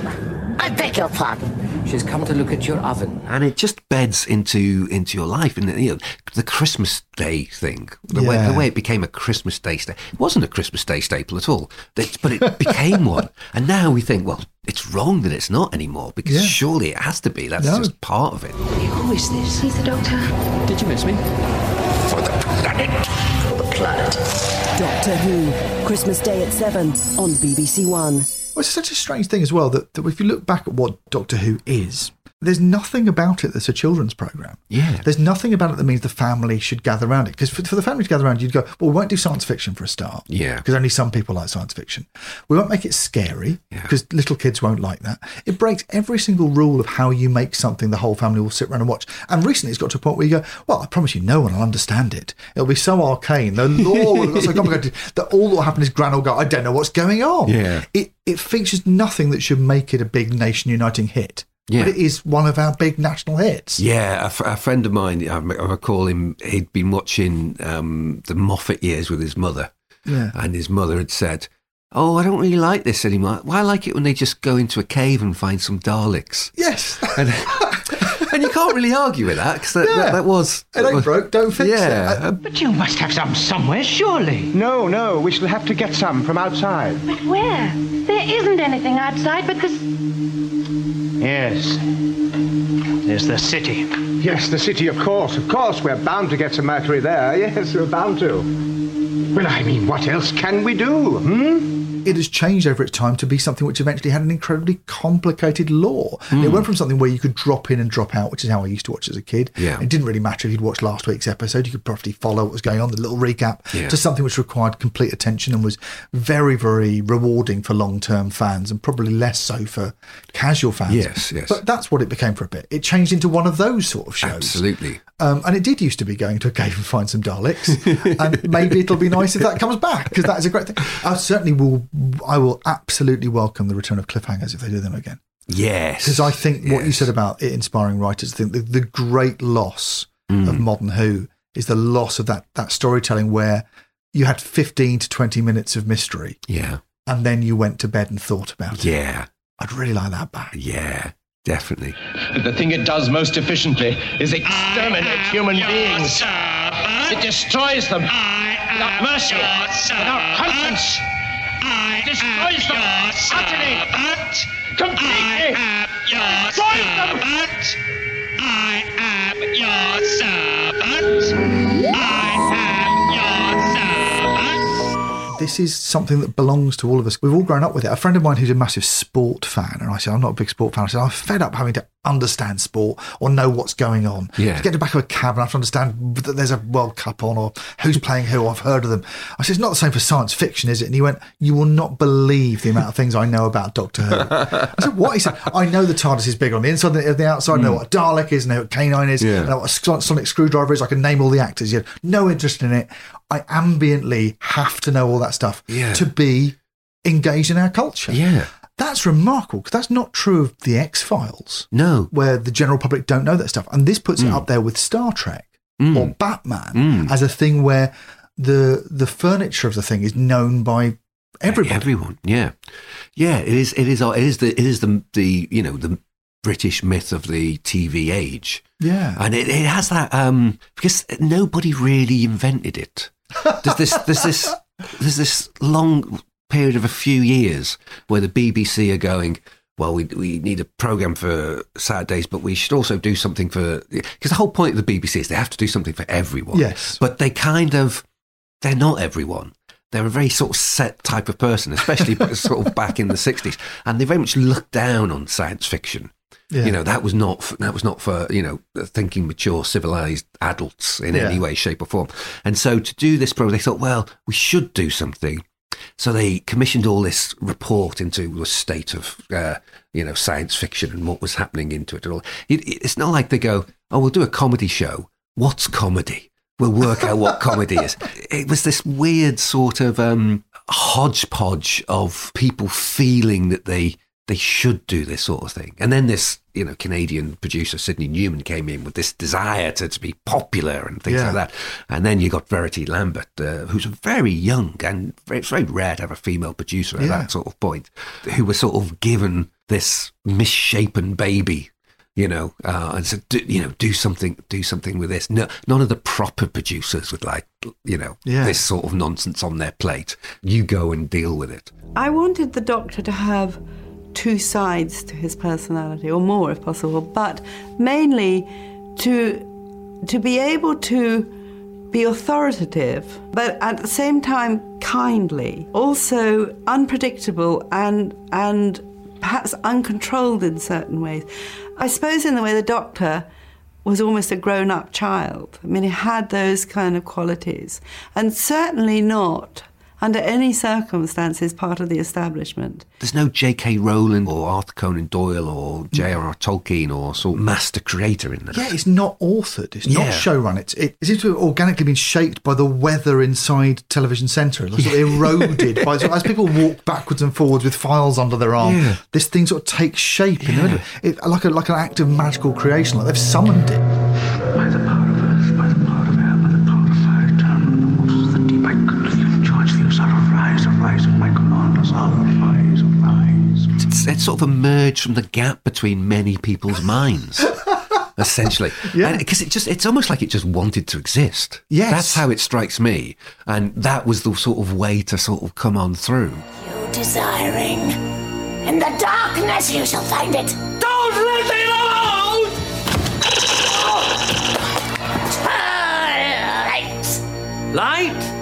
I beg your pardon. She's come to look at your oven.
and it just beds into into your life and you know the christmas day thing the, way,
Yeah.
the way it became a christmas day staple it wasn't a christmas day staple at all it- but it became one and now we think well it's wrong that it's not anymore because surely it has to be that's
No.
just part of it
Who is this?
He's the doctor.
Did you miss me? For the planet. For the planet.
Doctor Who, Christmas Day at 7 on BBC One.
Well, it's such a strange thing as well that, that if you look back at what Doctor Who is, There's nothing about it that's a children's program.
Yeah.
There's nothing about it that means the family should gather around it. Because for, for the family to gather around, you'd go, well, we won't do science fiction for a start.
Yeah.
Because only some people like science fiction. We won't make it scary because little kids won't like that. It breaks every single rule of how you make something the whole family will sit around and watch. And recently it's got to a point where you go, well, I promise you, no one will understand it. It'll be so arcane. The law will be so complicated that all that will happen is Gran will go, I don't know what's going on.
Yeah.
It, it features nothing that should make it a big nation uniting hit.
Yeah.
But it is one of our big national hits.
Yeah, a, f- a friend of mine, I, m- I recall him, he'd been watching um, the Moffat years with his mother.
Yeah.
And his mother had said, Oh, I don't really like this anymore. Well, I like it when they just go into a cave and find some Daleks.
Yes.
And, and you can't really argue with that because that, that, that was.
It ain't broke, don't fix
yeah.
it.
But
you must have some somewhere, surely.
Uh, No, no, we shall have to get some from outside.
But where? There isn't anything outside but this.
Yes. There's the city. Yes, the city, of course, of course. We're bound to get some mercury there. Yes, we're bound to. Well, I mean, what else can we do? Hmm?
It has changed over its time to be something which eventually had an incredibly complicated law. And
Hmm.
It went from something where you could drop in and drop out, which is how I used to watch as a kid.
Yeah.
It didn't really matter if you'd watched last week's episode, you could probably follow what was going on, the little recap,
Yeah.
to something which required complete attention and was very, very rewarding for long term fans and probably less so for casual fans.
Yes, yes.
But that's what it became for a bit. It changed into one of those sort of shows.
Absolutely.
Um, and it did used to be going to a cave and find some Daleks, and maybe it'll be nice if that comes back because that is a great thing. I certainly will. I will absolutely welcome the return of cliffhangers if they do them again
Yes.
because I think what you said about it inspiring writers, I think the, the great loss
Mm.
of modern Who is the loss of that that storytelling where you had fifteen to twenty minutes of mystery,
Yeah.
and then you went to bed and thought about it.
Yeah.
I'd really like that back.
Ah, Yeah. Definitely.
The thing it does most efficiently is exterminate human beings. It destroys them without mercy, without conscience. It destroys them utterly, completely. Destroys them. I am your servant.
This is something that belongs to all of us. We've all grown up with it. A friend of mine who's a massive sport fan, and I said, I'm not a big sport fan. I said, I'm fed up having to understand sport or know what's going on.
Yeah.
To get to the back of a cab and I have to understand that there's a World Cup on or who's playing who, I've heard of them. I said, It's not the same for science fiction, is it? And he went, You will not believe the amount of things I know about Doctor Who. I said, What? He said, I know the TARDIS is big on the inside and the outside. I know what a Dalek is, I know what a canine is,
Hmm. Yeah.
I know what a son- sonic screwdriver is. I can name all the actors. He had no interest in it. I ambiently have to know all that stuff
Yeah.
to be engaged in our culture.
Yeah.
That's remarkable because that's not true of the X Files,
No.
where the general public don't know that stuff. And this puts it
Mm.
up there with Star Trek
Mm.
or Batman
Mm.
as a thing where the the furniture of the thing is known by everybody.
Everyone, yeah, yeah. It is. It is. It is the. It is the. The you know the British myth of the TV age,
Yeah.
and it, it has that um because nobody really invented it. There's this. There's this. There's this long period of a few years where the BBC are going. Well, we, we need a program for Saturdays, but we should also do something for because the whole point of the BBC is they have to do something for everyone.
Yes.
but they kind of they're not everyone. They're a very sort of set type of person, especially b- sort of back in the sixties, and they very much looked down on science fiction.
Yeah.
You know that was not f- that was not for you know thinking mature, civilized adults in any
Yeah.
way, shape, or form. And so to do this program, they thought, well, we should do something. So they commissioned all this report into the state of uh, you know science fiction and what was happening into it and all. It, it- it's not like they go, oh, we'll do a comedy show. What's comedy? We'll work out what comedy is. It was this weird sort of um, hodgepodge of people feeling that they they should do this sort of thing. And then this you know Canadian producer Sidney Newman came in with this desire to, to be popular and things
Yeah.
like that. And then you got Verity Lambert, uh, who's very young, and it's very rare to have a female producer at
Yeah.
that sort of point, who was sort of given this misshapen baby, you know, uh, and said, do, you know, do something, do something with this. No, none of the proper producers would like, you know,
Yeah.
this sort of nonsense on their plate. You go and deal with it.
I wanted the doctor to have two sides to his personality, or more if possible, but mainly to to be able to be authoritative, but at the same time kindly, also unpredictable and and perhaps uncontrolled in certain ways. I suppose, in the way the doctor was almost a grown up child. I mean, he had those kind of qualities, and certainly not, under any circumstances, part of the establishment.
There's no J.K. Rowling or Arthur Conan Doyle or J.R.R. Tolkien or sort of master creator in that.
Yeah, it's not authored. It's
Yeah.
not showrun. It's, it, it seems to have organically been shaped by the weather inside Television Centre. It was sort of eroded by as people walk backwards and forwards with files under their arm.
Yeah.
This thing sort of takes shape in the middle. of It, It- like a, like an act of magical creation. Like they've summoned it.
By the power of earth, by the power of air, by the power of fire, down in the waters of the deep, I conjure you, charge thee, Osiris, arise, arise at my command, Osiris, arise, arise.
It's, it's sort of emerged from the gap between many people's minds. Essentially, because it just—it's almost like it just wanted to exist. Yes, that's how it strikes me, and that was the sort of way to sort of come on through.
desiring. In the darkness you shall find it. Don't let me alone! Light! Light?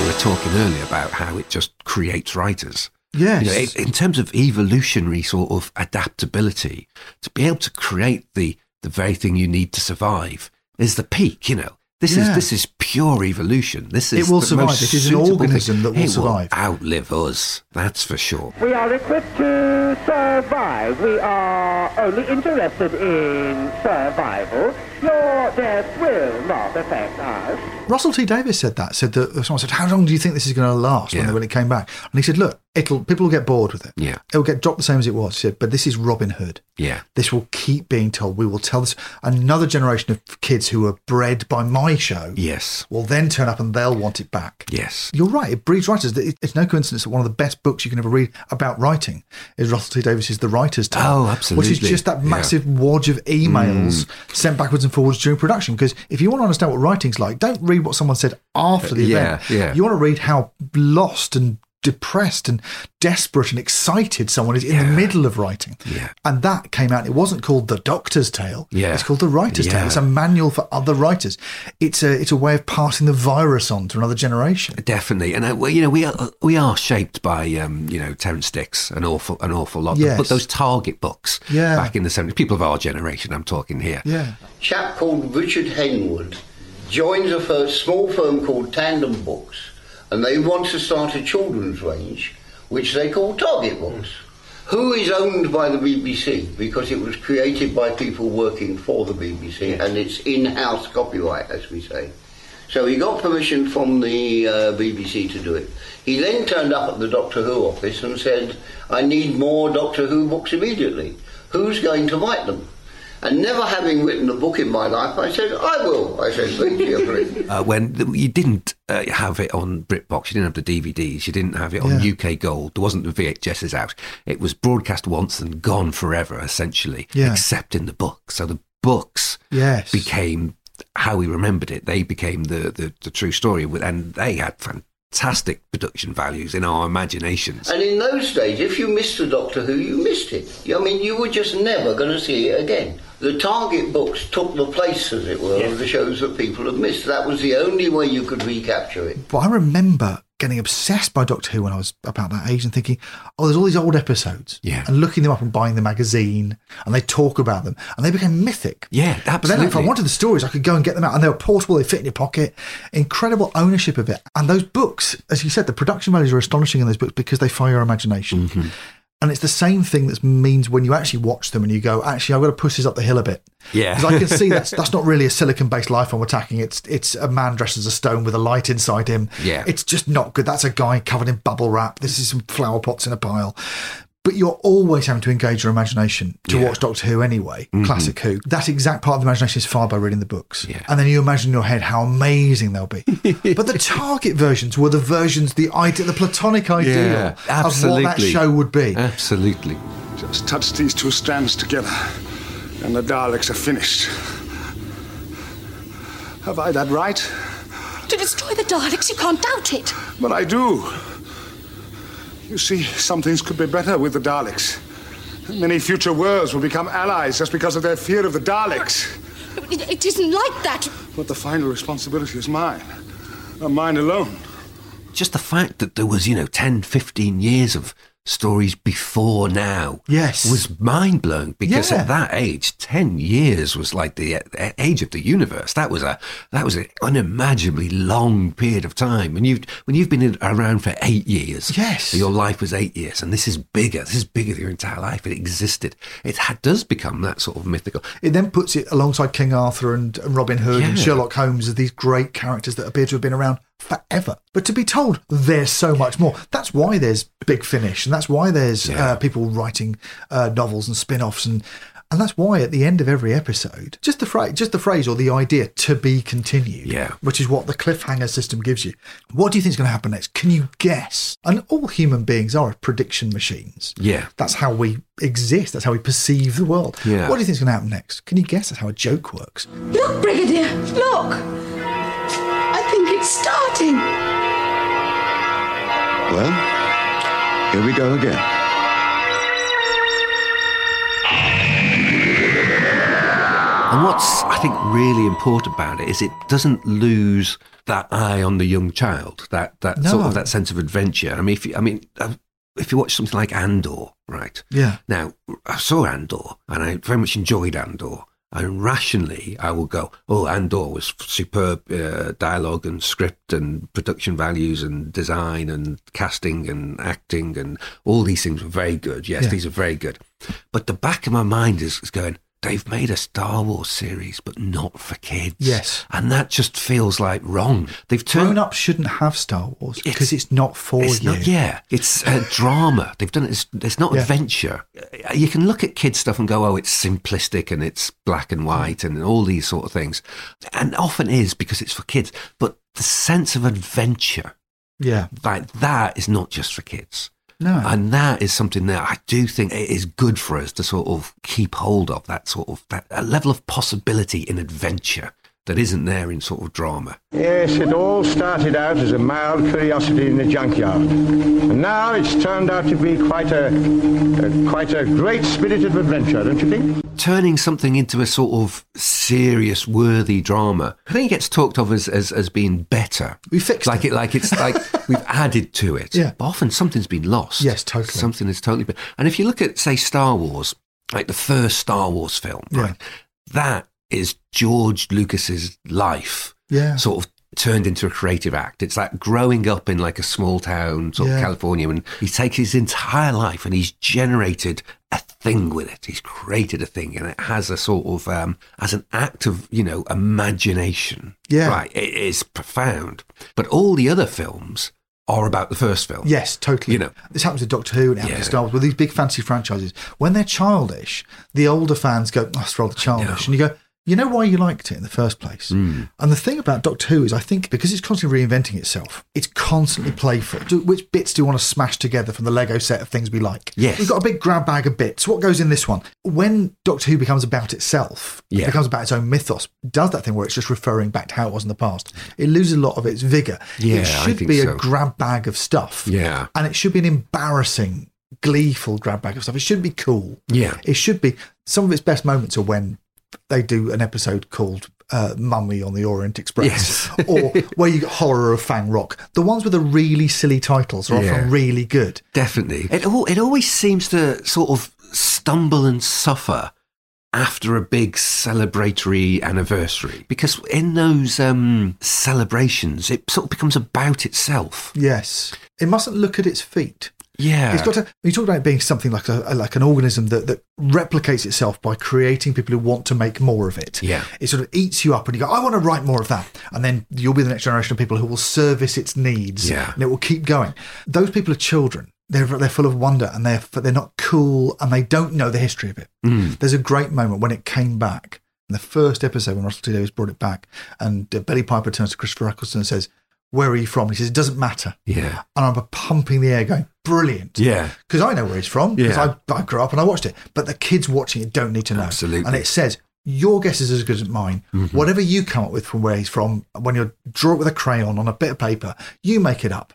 We were talking earlier about how it just creates writers.
Yes.
You know, it- in terms of evolutionary sort of adaptability, to be able to create the, the very thing you need to survive is the peak, you know. This
Yeah.
is this is pure evolution. This is
It will
the
survive.
most
It is an
suitable thing.
organism that will
It
survive.
outlive us, that's for sure.
We are equipped to survive. We are only interested in survival. Your death will not affect us.
Russell T Davis said that. Said that someone said, "How long do you think this is going to last?" When, when it came back, and he said, "Look, it'll people will get bored with it.
Yeah.
It'll get dropped the same as it was." He said, "But this is Robin Hood.
Yeah.
This will keep being told. We will tell this another generation of kids who are bred by my show.
Yes.
will then turn up and they'll want it back."
Yes.
You're right. It breeds writers. It- It's no coincidence that one of the best books you can ever read about writing is Russell T Davis's The Writer's Tale.
Oh, absolutely.
Which is just that
Yeah. Mm.
massive wodge of emails sent backwards and forwards during production. Because if you want to understand what writing's like, don't read what someone said after the
Uh, Yeah,
event.
yeah.
You want to read how lost and depressed and desperate and excited someone is in the middle of writing.
Yeah.
And that came out. It wasn't called The Doctor's Tale.
Yeah.
It's called The Writer's
Yeah.
Tale. It's a manual for other writers. It's a it's a way of passing the virus on to another generation.
Definitely, and uh, well, you know, we are we are shaped by um, you know Terence Dicks an awful an awful lot.
Yes.
But those target books
Yeah.
back in the seventies, people of our generation, I'm talking here.
Yeah. Chap called Richard Henwood joins a fir- small firm called Tandem Books, and they want to start a children's range, which they call Target Books. Who is owned by the BBC because it was created by people working for the BBC and it's in-house copyright, as we say. So he got permission from the uh, BBC to do it. He then turned up at the Doctor Who office and said, "I need more Doctor Who books immediately. Who's going to write them?" And never having written a book in my life, I said, I will. I said, very cheerfully.
uh, when th- you didn't uh, have it on BritBox, you didn't have the DVDs, you didn't have it on UK Gold. There wasn't the VHSs out. It was broadcast once and gone forever, essentially,
Yeah.
except in the book. So the books
Yes.
became how we remembered it. They became the, the, the true story, with- and they had fantastic production values in our imaginations.
and in those days, if you missed the Doctor Who, you missed it. I mean, you were just never going to see it again. The Target books took the place, as it were, of the shows that people had missed. That was the only way you could recapture it.
But I remember getting obsessed by Doctor Who when I was about that age and thinking, oh, there's all these old episodes. Yeah. And looking them up and buying the magazine and they talk about them and they became mythic.
Yeah,
But then,
absolutely.
like, if I wanted the stories, I could go and get them out, and they were portable. They fit in your pocket. Incredible ownership of it. And those books, as you said, the production values are astonishing in those books because they fire your imagination.
Mm-hmm.
And it's the same thing that means when you actually watch them and you go, actually, I've got to push this up the hill a bit.
Yeah.
Because I can see that's that's not really a silicon-based life I'm attacking. It's it's a man dressed as a stone with a light inside him.
Yeah.
It's just not good. That's a guy covered in bubble wrap. This is some flower pots in a pile. But you're always having to engage your imagination to watch Doctor Who anyway,
Mhm.
classic Who. That exact part of the imagination is fired by reading the books. And then you imagine in your head how amazing they'll be. but the target versions were the versions, the ideal, the platonic ideal of what that show would be.
Absolutely.
Just touch these two strands together, and the Daleks are finished. Have I that right?
To destroy the Daleks, you can't doubt it.
But I do. You see, some things could be better with the Daleks. Many future worlds will become allies just because of their fear of the Daleks.
It- It isn't like that.
But the final responsibility is mine, and mine alone.
just the fact that there was, you know, 10, 15 years of stories before now
Yes.
was mind blowing because
Yeah.
at that age 10 years was like the uh, uh, age of the universe that was a that was an unimaginably long period of time and you have when you've been in, around for 8 years yes your life was 8 years and this is bigger this is bigger than your entire life it existed it ha- does become that sort of mythical
It then puts it alongside King Arthur and and Robin Hood and
Yeah.
Sherlock Holmes as these great characters that appear to have been around forever. But to be told there's so much more. That's why there's Big Finish, and that's why there's uh, people writing uh, novels and spin-offs and. And that's why at the end of every episode, just the phrase, just the phrase or the idea to be continued,
Yeah.
which is what the cliffhanger system gives you. What do you think is going to happen next? Can you guess? And all human beings are prediction machines.
yeah
That's how we exist. That's how we perceive the world.
Yeah.
What do you think's going to happen next? Can you guess? That's how a joke works.
Look, Brigadier, look! I think it's starting.
Well, here we go again.
And what's, I think, really important about it is it doesn't lose that eye on the young child, that, that sort
No.
of that sense of adventure. I mean, if you, I mean, uh, if you watch something like Andor, right?
Yeah.
Now, I saw Andor and I very much enjoyed Andor. And rationally, I will go, oh, Andor was superb uh, dialogue and script and production values and design and casting and acting and all these things were very good. Yes,
Yeah.
these are very good. But the back of my mind is, is going, they've made a Star Wars series, but not for kids.
Yes.
And that just feels like wrong. They've turned
Grown ups shouldn't have Star Wars because it's, not for
it's
you.
Not, yeah, it's uh, drama. They've done it. It's, it's not
Yeah.
adventure. Uh, You can look at kids stuff and go, "Oh, it's simplistic and it's black and white and all these sort of things," and often is because it's for kids. But the sense of adventure,
Yeah.
like that, is not just for kids.
No.
And that is something that I do think it is good for us to sort of keep hold of that sort of that a level of possibility in adventure that isn't there in sort of drama.
Yes, it all started out as a mild curiosity in the junkyard. And now it's turned out to be quite a, a quite a great spirit of adventure, don't you think?
turning something into a sort of serious, worthy drama. I think it gets talked of as as, as being better.
We fixed
like it. like it's like we've added to it.
Yeah.
But often something's been lost.
Yes, totally.
Something is totally. Been, and if you look at say Star Wars, like the first Star Wars film,
Yeah.
right? That is George Lucas's life
Yeah.
sort of turned into a creative act. It's like growing up in like a small town, sort
Yeah.
of California, and he takes his entire life and he's generated a thing with it. He's created a thing, and it has a sort of um, as an act of you know imagination.
Yeah.
right. It is profound. But all the other films are about the first film.
Yes, totally.
You know.
this happens to Doctor Who and it happens to
Yeah.
Star Wars. With these big fantasy franchises, when they're childish, the older fans go, "Oh, "That's rather childish," and you go. You know why you liked it in the first place? And the thing about Doctor Who is, I think, because it's constantly reinventing itself, it's constantly playful. Do, which bits do you want to smash together from the Lego set of things we like?
Yes.
We've got a big grab bag of bits. What goes in this one? When Doctor Who becomes about itself, it
Yeah.
becomes about its own mythos, does that thing where it's just referring back to how it was in the past. It loses a lot of its vigour.
Yeah, I
it should
think
be a
so.
grab bag of stuff.
Yeah.
And it should be an embarrassing, gleeful grab bag of stuff. It should be cool.
Yeah.
It should be. Some of its best moments are when they do an episode called uh, Mummy on the Orient Express or where you get Horror of Fang Rock. The ones with the really silly titles are
Yeah.
often really good.
Definitely. It all, it always seems to sort of stumble and suffer after a big celebratory anniversary because in those um, celebrations it sort of becomes about itself.
Yes. It mustn't look at its feet.
Yeah.
It's got to. You talk about it being something like a like an organism that, that replicates itself by creating people who want to make more of it.
Yeah.
it sort of eats you up, and you go, "I want to write more of that," and then you'll be the next generation of people who will service its needs.
Yeah.
and it will keep going. Those people are children. They're they're full of wonder, and they're they're not cool, and they don't know the history of it.
Mm.
There's a great moment when it came back in the first episode when Russell T Davies brought it back, and uh, Betty Piper turns to Christopher Eccleston and says, "Where are you from?" He says, "It doesn't matter."
Yeah.
and I'm pumping the air, going, "Brilliant!"
Yeah.
because I know where he's from because
Yeah.
I, I grew up and I watched it. But the kids watching it don't need to know.
Absolutely. Mm-hmm.
And it says your guess is as good as mine. Whatever you come up with from where he's from, when you draw it with a crayon on a bit of paper, you make it up.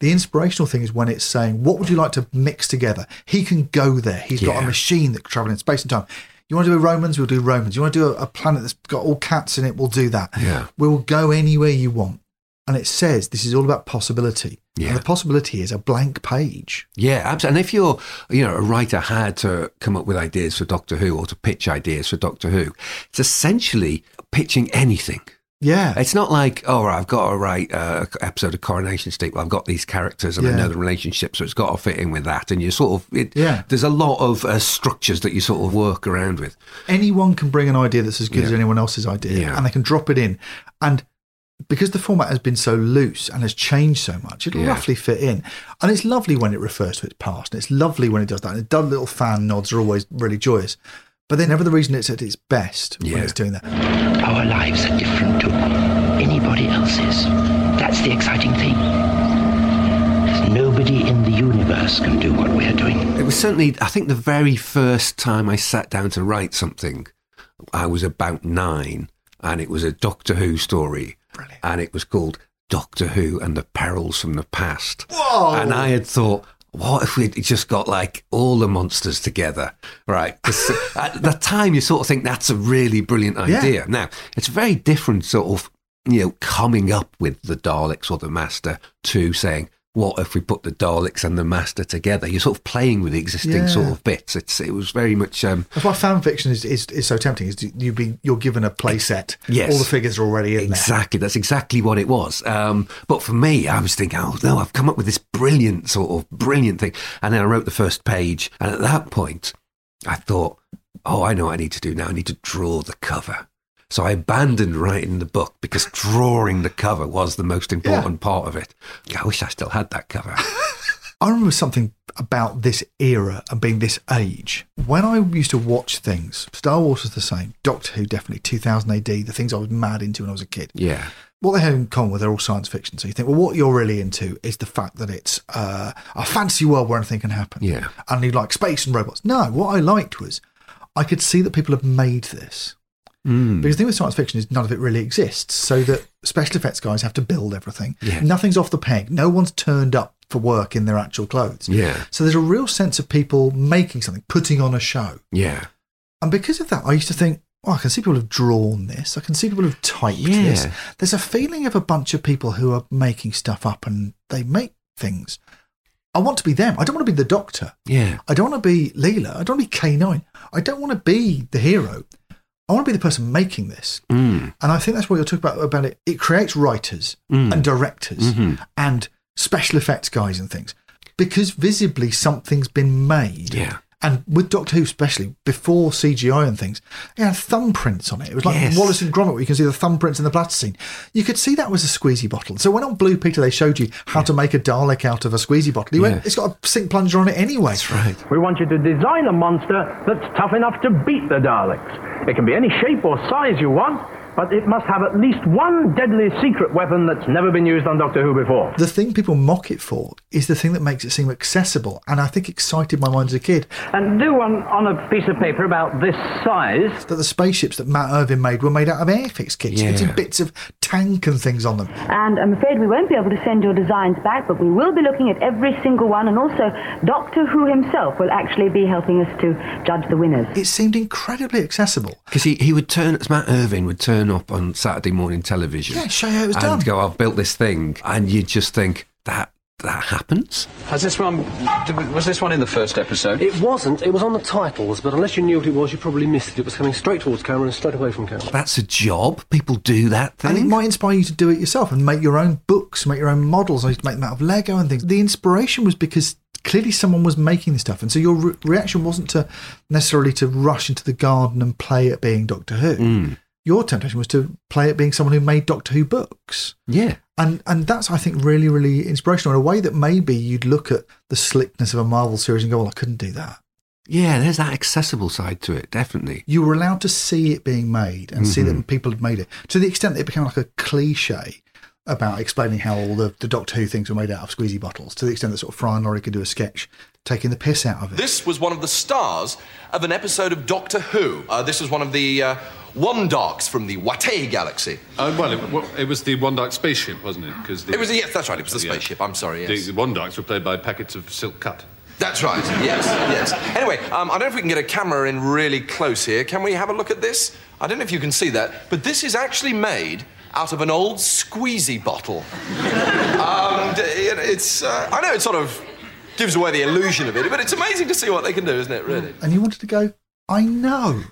The inspirational thing is when it's saying, "What would you like to mix together?" He can go there. He's got a
Yeah.
machine that can travel in space and time. You want to do Romans? We'll do Romans. You want to do a, a planet that's got all cats in it? We'll do that.
Yeah.
We'll go anywhere you want. and it says this is all about possibility. And the possibility is a blank page.
Yeah, absolutely. And if you're, you know, a writer hired to come up with ideas for Doctor Who or to pitch ideas for Doctor Who, it's essentially pitching anything.
Yeah.
It's not like, oh, right, I've got to write uh, an episode of Coronation State. Well, I've got these characters and
Yeah.
I know the relationship, so it's got to fit in with that. And you sort of, it,
Yeah.
there's a lot of uh, structures that you sort of work around with.
anyone can bring an idea that's as good as
Yeah.
anyone else's idea
Yeah.
and they can drop it in and because the format has been so loose and has changed so much it'll
Yeah.
roughly fit in and it's lovely when it refers to its past and it's lovely when it does that and it does little fan nods are always really joyous but they're never the reason it's at its best when it's doing that
Our lives are different to anybody else's. That's the exciting thing. There's nobody in the universe can do what we're doing.
It was certainly, I think, the very first time I sat down to write something, I was about nine, and it was a Doctor Who story. And it was called Doctor Who and the Perils from the Past.
Whoa!
And I had thought, what if we'd just got like all the monsters together? Right. 'Cause uh, at the time, you sort of think that's a really brilliant
Yeah.
idea. Now, it's very different, sort of, you know, coming up with the Daleks or the Master to saying, what if we put the Daleks and the Master together? You're sort of playing with the existing
Yeah.
sort of bits. It's it was very much um,
that's why fan fiction is, is, is so tempting is you be you're given a play set
Yes.
all the figures are already in there
exactly that's exactly what it was. Um, but for me, I was thinking, oh no, I've come up with this brilliant sort of brilliant thing, and then I wrote the first page, and at that point, I thought, oh, I know what I need to do now. I need to draw the cover. So I abandoned writing the book because drawing the cover was the most important part of it. I wish I still had that cover.
I remember something about this era and being this age. When I used to watch things, Star Wars was the same, Doctor Who definitely, 2000 AD, the things I was mad into when I was a kid.
Yeah.
What they have in common were they're all science fiction. So you think, well, what you're really into is the fact that it's uh, a fantasy world where anything can happen.
Yeah.
And you like space and robots. No, what I liked was I could see that people have made this.
Hmm.
Because the thing with science fiction is none of it really exists, so that special effects guys have to build everything.
Yeah.
Nothing's off the peg. No one's turned up for work in their actual clothes.
Yeah.
So there's a real sense of people making something, putting on a show.
Yeah.
And because of that, I used to think, oh, I can see people have drawn this. I can see people have typed this.
Yeah.
There's a feeling of a bunch of people who are making stuff up and they make things. I want to be them. I don't want to be the doctor.
Yeah.
I don't want to be Leela. I don't want to be K9. I don't want to be the hero. I want to be the person making this.
Mm.
And I think that's what you're talking about about it. It creates writers
Mm.
and directors
Mhm.
Mm-hmm.
and special effects guys and things because visibly something's been made.
Yeah.
And with Doctor Who, especially before CGI and things, it had thumbprints on it. It was like
Yes.
Wallace and Gromit, where you can see the thumbprints in the blatter scene. You could see that was a squeezy bottle. So when on Blue Peter they showed you how to make a Dalek out of a squeezy bottle, you
Yeah.
went, it's got a sink plunger on it anyway. That's
right.
We want you to design a monster that's tough enough to beat the Daleks. It can be any shape or size you want, but it must have at least one deadly secret weapon that's never been used on Doctor Who before.
The thing people mock it for is the thing that makes it seem accessible, and I think excited my mind as a kid.
And do one on a piece of paper about this size.
That the spaceships that Matt Irvin made were made out of Airfix kits, fitting
Yeah.
bits of tank and things on them.
And I'm afraid we won't be able to send your designs back, but we will be looking at every single one, and also Doctor Who himself will actually be helping us to judge the winners.
It seemed incredibly accessible.
Because he, he would turn, as Matt Irving would turn up on Saturday morning television.
Yeah, show you how it was
and
done.
go, I've built this thing. And you just think, that that happens?
Has this one. Was this one in the first episode?
It wasn't. It was on the titles, but unless you knew what it was, you probably missed it. It was coming straight towards camera and straight away from camera.
That's a job. People do that thing.
And it might inspire you to do it yourself and make your own books, make your own models. I used to make them out of Lego and things. The inspiration was because clearly someone was making this stuff, and so your re- reaction wasn't to necessarily to rush into the garden and play at being Doctor Who.
Mm.
Your temptation was to play at being someone who made Doctor Who books.
Yeah.
And and that's I think really really inspirational in a way that maybe you'd look at the slickness of a Marvel series and go, well, I couldn't do that.
Yeah, there's that accessible side to it, definitely.
You were allowed to see it being made and see
Mhm.
that people had made it to the extent that it became like a cliche about explaining how all the, the Doctor Who things were made out of squeezy bottles. To the extent that sort of Fry and Laurie could do a sketch taking the piss out of it.
This was one of the stars of an episode of Doctor Who. Uh, this was one of the uh, Wandarks from the Watay galaxy.
Uh, well, it, well, it was the Wandark spaceship, wasn't it? Because
It was the- yes, that's right. It was the spaceship. I'm sorry. Yes.
The Wandarks were played by packets of silk cut.
That's right. Yes. Yes. Anyway, um, I don't know if we can get a camera in really close here. Can we have a look at this? I don't know if you can see that, but this is actually made out of an old squeezy bottle. and it, it's, uh, I know it sort of gives away the illusion of it, but it's amazing to see what they can do, isn't it, really?
and you wanted to go i know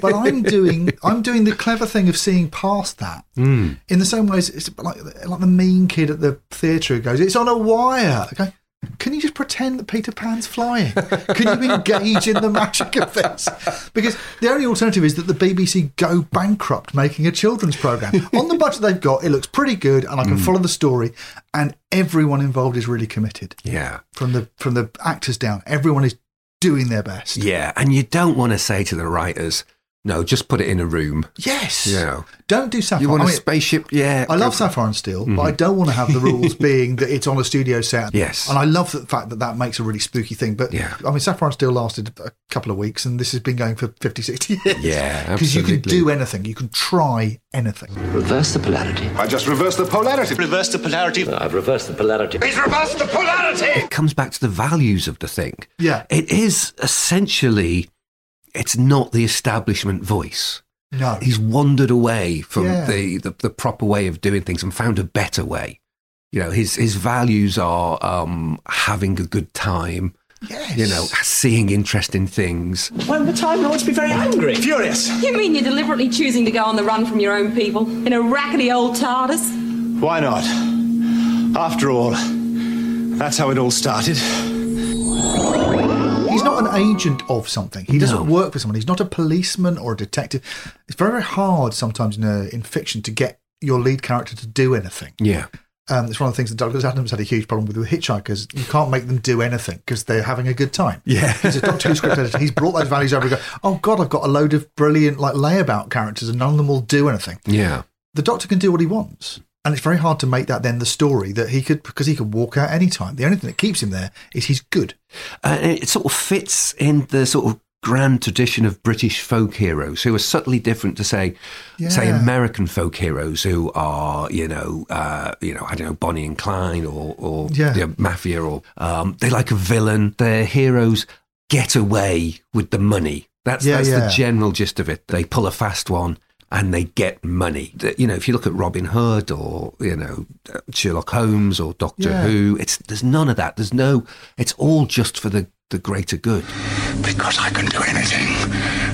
but i'm doing i'm doing the clever thing of seeing past that
Hmm.
in the same way as it's like, like the mean kid at the theatre who goes it's on a wire okay can you just pretend that peter pan's flying can you engage in the magic of this because the only alternative is that the bbc go bankrupt making a children's programme on the budget they've got it looks pretty good and i can
Mm.
follow the story and everyone involved is really committed
Yeah.
from the from the actors down everyone is doing their best
Yeah. And you don't want to say to the writers, no, just put it in a room.
Yes.
You know.
Don't do Sapphire.
You want
I
a
mean,
spaceship? Yeah.
I love Sapphire and Steel, but I
Mhm.
don't want to have the rules being that it's on a studio set.
Yes.
And I love the fact that that makes a really spooky thing. But yeah. I mean, Sapphire and Steel lasted a couple of weeks, and this has been going for 50, 60 years.
Yeah,
Because you can
absolutely.
do anything, you can try anything.
Reverse the polarity.
I just reversed the polarity.
Reverse the polarity. I've reversed the polarity.
He's reversed the polarity!
It comes back to the values of the thing.
Yeah.
It is essentially, it's not the establishment voice.
No.
He's wandered away from
Yeah.
the, the, the proper way of doing things and found a better way. You know, his, his values are um, having a good time.
Yes.
You know, seeing interesting things.
Won't the Time Lords be very angry?
Furious.
You mean you're deliberately choosing to go on the run from your own people in a rackety old TARDIS?
Why not? After all, that's how it all started.
He's not an agent of something. He doesn't
No.
work for someone. He's not a policeman or a detective. It's very, very hard sometimes in, uh in fiction to get your lead character to do anything.
Yeah.
Um, it's one of the things that Douglas Adams had a huge problem with with hitchhikers. You can't make them do anything because they're having a good time.
Yeah.
he's a Doctor Who script editor. He's brought those values over. And go, oh God, I've got a load of brilliant like layabout characters, and none of them will do anything.
Yeah.
The Doctor can do what he wants, and it's very hard to make that then the story that he could because he could walk out any time. The only thing that keeps him there is he's good.
Uh, and it sort of fits in the sort of grand tradition of British folk heroes who are subtly different to say, say
Yeah.
American folk heroes who are you know uh, you know I don't know Bonnie and Clyde or or
Yeah.
you know, mafia or um, they like a villain. Their heroes get away with the money. That's
Yeah,
that's
yeah.
the general gist of it. They pull a fast one. And they get money. The- You know, if you look at Robin Hood or you know Sherlock Holmes or Doctor
Yeah.
Who, it's there's none of that. There's no. It's all just for the the greater good.
Because I can do anything.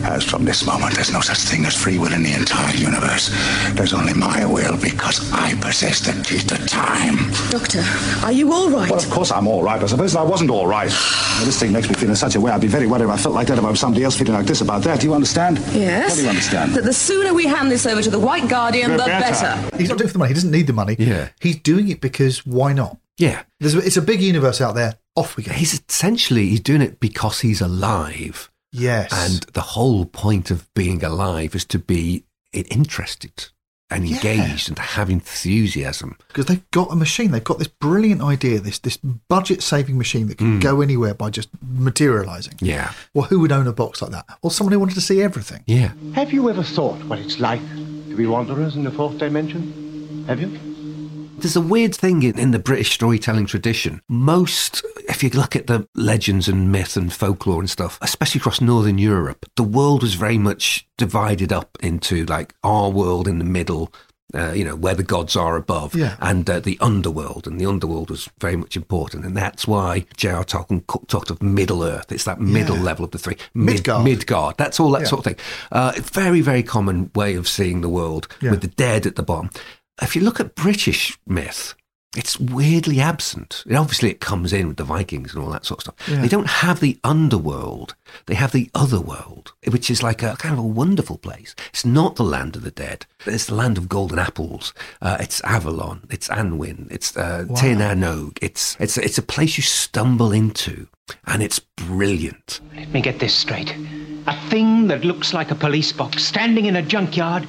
As from this moment, there's no such thing as free will in the entire universe. There's only my will because I possess the key to time.
Doctor, are you all right?
Well, of course I'm all right, but suppose I wasn't all right. Well, this thing makes me feel in such a way I'd be very worried if I felt like that about somebody else feeling like this about that. Do you understand?
Yes.
What do you understand?
That the sooner we hand this over to the White Guardian, the, better.
He's not doing it for the money. He doesn't need the money. Yeah, he's doing it because why not?
Yeah,
There's, it's a big universe out there. Off we go.
He's essentially he's doing it because he's alive,
Yes,
and the whole point of being alive is to be i- interested and
Yeah.
engaged and to have enthusiasm.
because they've got a machine. They've got this brilliant idea, this this budget saving machine that can
Mm.
go anywhere by just materializing.
Yeah.
Well, who would own a box like that? Well, someone who wanted to see everything.
Yeah.
Have you ever thought what it's like to be wanderers in the fourth dimension? Have you?
There's a weird thing in, in the British storytelling tradition. Most, if you look at the legends and myth and folklore and stuff, especially across Northern Europe, the world was very much divided up into like our world in the middle. Uh, you know where the gods are above,
Yeah.
and uh, the underworld, and the underworld was very much important, and that's why J.R. Tolkien co- talked of Middle Earth. It's that middle
Yeah.
level of the three,
Midgard.
Midgard. That's all that
Yeah.
sort of thing. Uh, very, very common way of seeing the world
Yeah.
with the dead at the bottom. If you look at British myth, it's weirdly absent. And obviously, it comes in with the Vikings and all that sort of stuff.
Yeah.
They don't have the underworld; they have the other world, which is like a kind of a wonderful place. It's not the land of the dead. It's the land of golden apples. Uh, it's Avalon. It's Anwyn. It's uh,
Wow.
Tin Annog. It's it's it's a place you stumble into, and it's brilliant.
Let me get this straight. A thing that looks like a police box standing in a junkyard,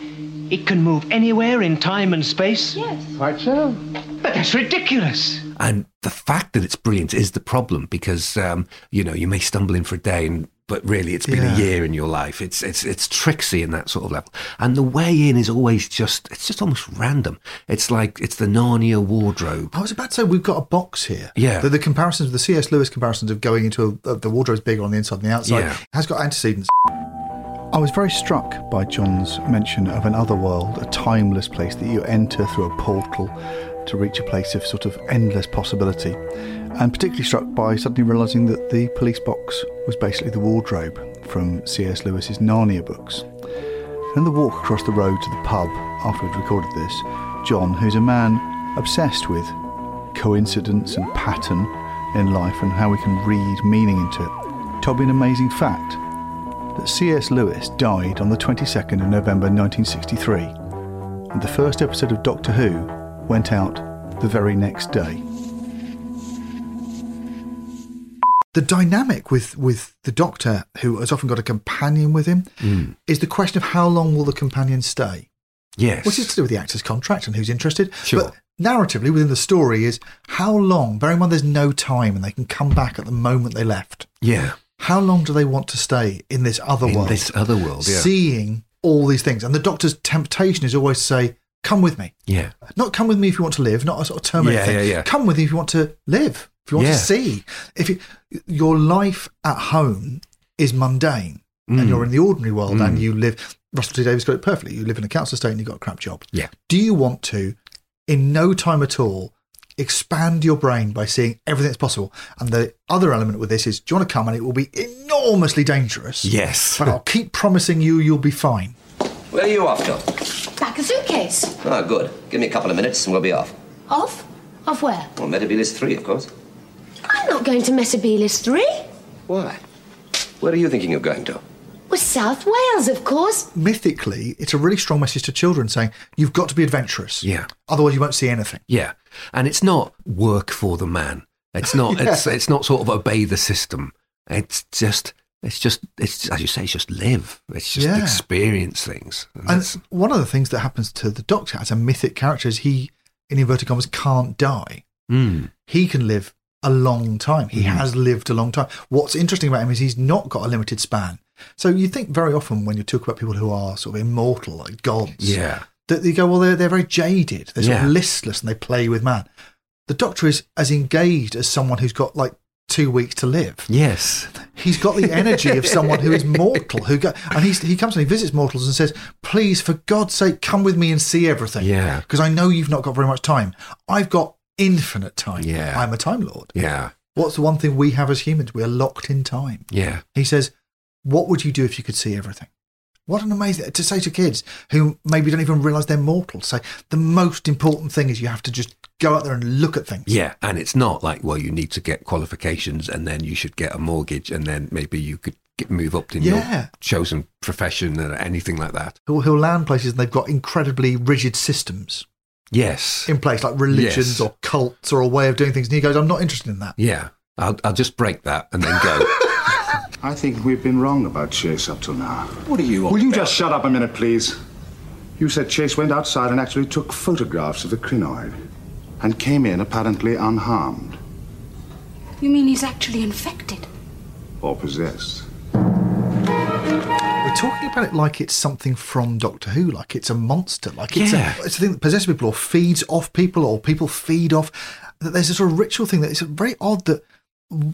it can move anywhere in time and space? Yes. Quite so. But that's ridiculous.
And the fact that it's brilliant is the problem because um, you know you may stumble in for a day, and, but really it's been
Yeah.
a year in your life. It's it's it's tricksy in that sort of level, and the way in is always just it's just almost random. It's like it's the Narnia wardrobe.
I was about to say we've got a box here.
Yeah.
The, the comparisons, the C.S. Lewis comparisons of going into a, of the wardrobe's bigger on the inside than the outside,
Yeah.
has got antecedents. I was very struck by John's mention of an other world, a timeless place that you enter through a portal to reach a place of sort of endless possibility. And particularly struck by suddenly realizing that the police box was basically the wardrobe from C.S. Lewis's Narnia books. In the walk across the road to the pub after we'd recorded this, John, who's a man obsessed with coincidence and pattern in life and how we can read meaning into it, told me an amazing fact that C.S. Lewis died on the 22nd of November 1963, and the first episode of Doctor Who went out the very next day. The dynamic with, with the Doctor, who has often got a companion with him,
Mm.
is the question of how long will the companion stay?
Yes.
Which is to do with the actor's contract and who's interested.
Sure.
But narratively, within the story, is how long, bearing in mind there's no time and they can come back at the moment they left.
Yeah.
How long do they want to stay in this other
In
world?
this other world, yeah.
Seeing all these things. And the doctor's temptation is always to say, Come with me.
Yeah.
Not come with me if you want to live, not a sort of terminal
Yeah,
thing.
yeah, yeah.
Come with me if you want to live, if you want
Yeah.
to see. If you, your life at home is mundane
Mm.
and you're in the ordinary world
Mm.
and you live, Russell T Davies got it perfectly. You live in a council estate and you've got a crap job.
Yeah.
Do you want to, in no time at all, expand your brain by seeing everything that's possible? And the other element with this is, do you want to come and it will be enormously dangerous?
Yes.
But I'll keep promising you, you'll be fine.
Where are you off to?
Pack a suitcase.
Ah, good. Give me a couple of minutes and we'll be off.
Off? Off where?
Well, Metabolist 3, of course.
I'm not going to Metabolus 3.
Why? Where are you thinking of going to?
Well, South Wales, of course.
Mythically, it's a really strong message to children saying, you've got to be adventurous.
Yeah.
Otherwise, you won't see anything.
Yeah, and it's not work for the man. It's not.
Yeah.
It's it's not sort of obey the system. It's just. It's just. It's as you say. It's just live. It's just
Yeah.
experience things. And
And
that's-
one of the things that happens to the Doctor as a mythic character is he, in inverted commas, can't die.
Mm.
He can live a long time. He
Mhm.
has lived a long time. What's interesting about him is he's not got a limited span. So you think very often when you talk about people who are sort of immortal, like gods,
Yeah.
that you go, well, they're, they're very jaded. They're sort
Yeah.
of listless and they play with man. The Doctor is as engaged as someone who's got like two weeks to live.
Yes.
He's got the energy of someone who is mortal, who go, and he's, he comes and he visits mortals and says, "Please, for God's sake, come with me and see everything."
Yeah.
because I know you've not got very much time. I've got infinite time.
Yeah.
I'm a time lord.
Yeah.
What's the one thing we have as humans? We are locked in time.
Yeah.
He says, "What would you do if you could see everything?" What an amazing to say to kids who maybe don't even realise they're mortal. Say the most important thing is you have to just go out there and look at things.
Yeah, and it's not like well, you need to get qualifications, and then you should get a mortgage, and then maybe you could get, move up in
Yeah.
your chosen profession and anything like that.
Who'll, who'll land places and they've got incredibly rigid systems.
Yes.
in place, like religions
Yes.
or cults or a way of doing things. And he goes, I'm not interested in that.
Yeah. I'll I'll just break that and then go.
I think we've been wrong about Chase up till now.
What are you on
Will you
about?
just shut up a minute, please? You said Chase went outside and actually took photographs of the crinoid and came in apparently unharmed
You mean he's actually infected?
or possessed.
We're talking about it like it's something from Doctor Who, like it's a monster, like it's,
Yeah.
a, it's a thing that possesses people or feeds off people or people feed off. That There's a sort of ritual thing that it's very odd that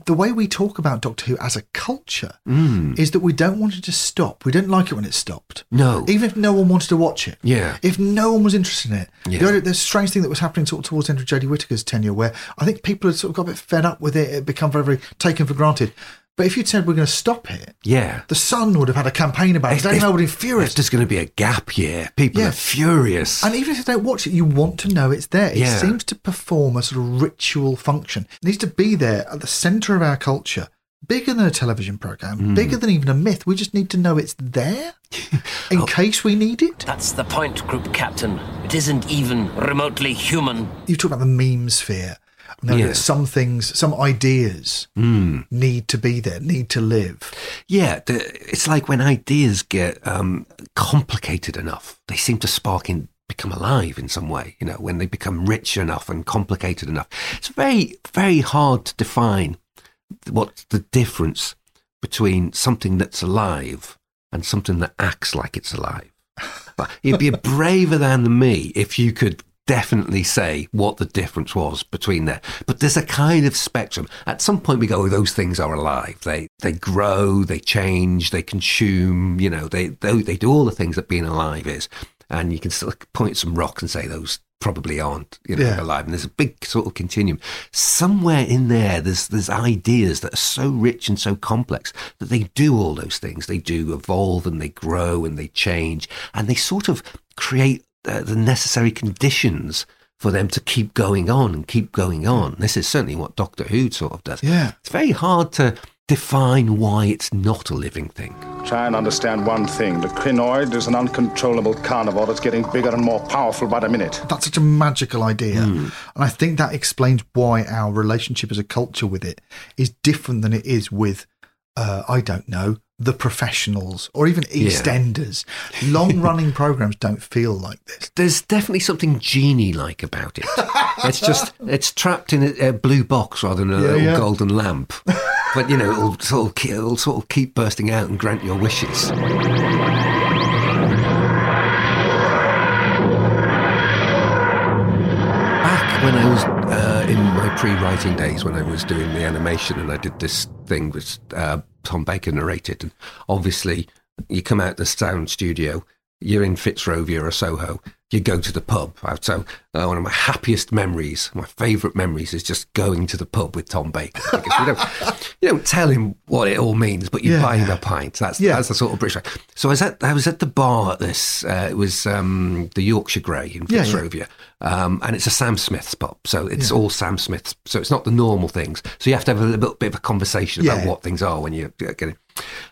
the way we talk about Doctor Who as a culture
Mm.
is that we don't want it to stop. We don't like it when it stopped.
No.
Even if no one wanted to watch it.
Yeah.
If no one was interested in it.
Yeah.
You know, there's a strange thing that was happening sort of towards the end of Jodie Whittaker's tenure where I think people had sort of got a bit fed up with it. It had become very, very taken for granted. But if you'd said we're going to stop it,
Yeah.
the Sun would have had a campaign about it.
If-
Don't
if-
know would have been
If
furious.
there's going to be a gap year, people
Yeah.
are furious.
And even if they don't watch it, you want to know it's there. It
Yeah.
seems to perform a sort of ritual function. It needs to be there at the centre of our culture, bigger than a television programme,
Mm.
bigger than even a myth. We just need to know it's there
Oh.
in case we need it.
That's the point, Group Captain. It isn't even remotely human.
You talk about the meme sphere. and there
Yeah.
are Some things, some ideas
Mm.
need to be there, need to live.
Yeah, the, it's like when ideas get um, complicated enough, they seem to spark and become alive in some way. You know, when they become rich enough and complicated enough, it's very, very hard to define what's the difference between something that's alive and something that acts like it's alive. But you'd be braver than me if you could definitely say what the difference was between there. But there's a kind of spectrum. At some point, we go, oh, those things are alive. They they grow, they change, they consume. You know, they they, they do all the things that being alive is. And you can still point at some rocks and say those probably aren't you know
Yeah.
alive. And there's a big sort of continuum. Somewhere in there, there's there's ideas that are so rich and so complex that they do all those things. They do evolve and they grow and they change and they sort of create uh, the necessary conditions for them to keep going on and keep going on. This is certainly what Doctor Who sort of does.
Yeah.
It's very hard to define why it's not a living thing.
Try and understand one thing. The crinoid is an uncontrollable carnivore that's getting bigger and more powerful by the minute.
That's such a magical idea.
Hmm.
And I think that explains why our relationship as a culture with it is different than it is with, uh, I don't know, the professionals or even
Yeah.
EastEnders. Long running programs don't feel like this.
There's definitely something genie like about it. it's just, it's trapped in a, a blue box rather than a
Yeah,
little
yeah.
golden lamp. but, you know, it'll sort, of, ke- it'll sort of keep bursting out and grant your wishes. back when I was uh, in my pre-writing days, when I was doing the animation, and I did this thing which uh, Tom Baker narrated, and obviously you come out the sound studio, you're in Fitzrovia or Soho, you go to the pub. Uh, So uh, one of my happiest memories, my favourite memories, is just going to the pub with Tom Baker. Because you don't, you don't tell him what it all means, but you
Yeah.
buy him a pint. That's that's the sort of British. way. So I was at I was at the bar at this. Uh, it was um, the Yorkshire Grey in
Yeah, yeah.
Fitzrovia. Philadelphia. Um, and it's a Sam Smith's pub, so it's
Yeah.
all Sam Smith's. So it's not the normal things. So you have to have a little bit of a conversation about
Yeah.
what things are when you're getting.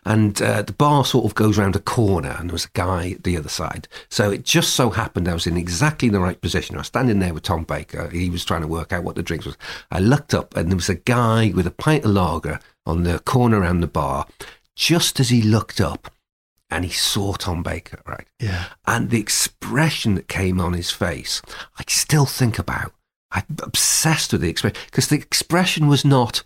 And uh, the bar sort of goes round a corner, and there was a guy at the other side. So it just so happened I was in exactly the right position. I was standing there with Tom Baker. He was trying to work out what the drinks was. I looked up, and there was a guy with a pint of lager on the corner around the bar. Just as he looked up, and he saw Tom Baker, right?
Yeah.
and the expression that came on his face, I still think about. I'm obsessed with the expression because the expression was not,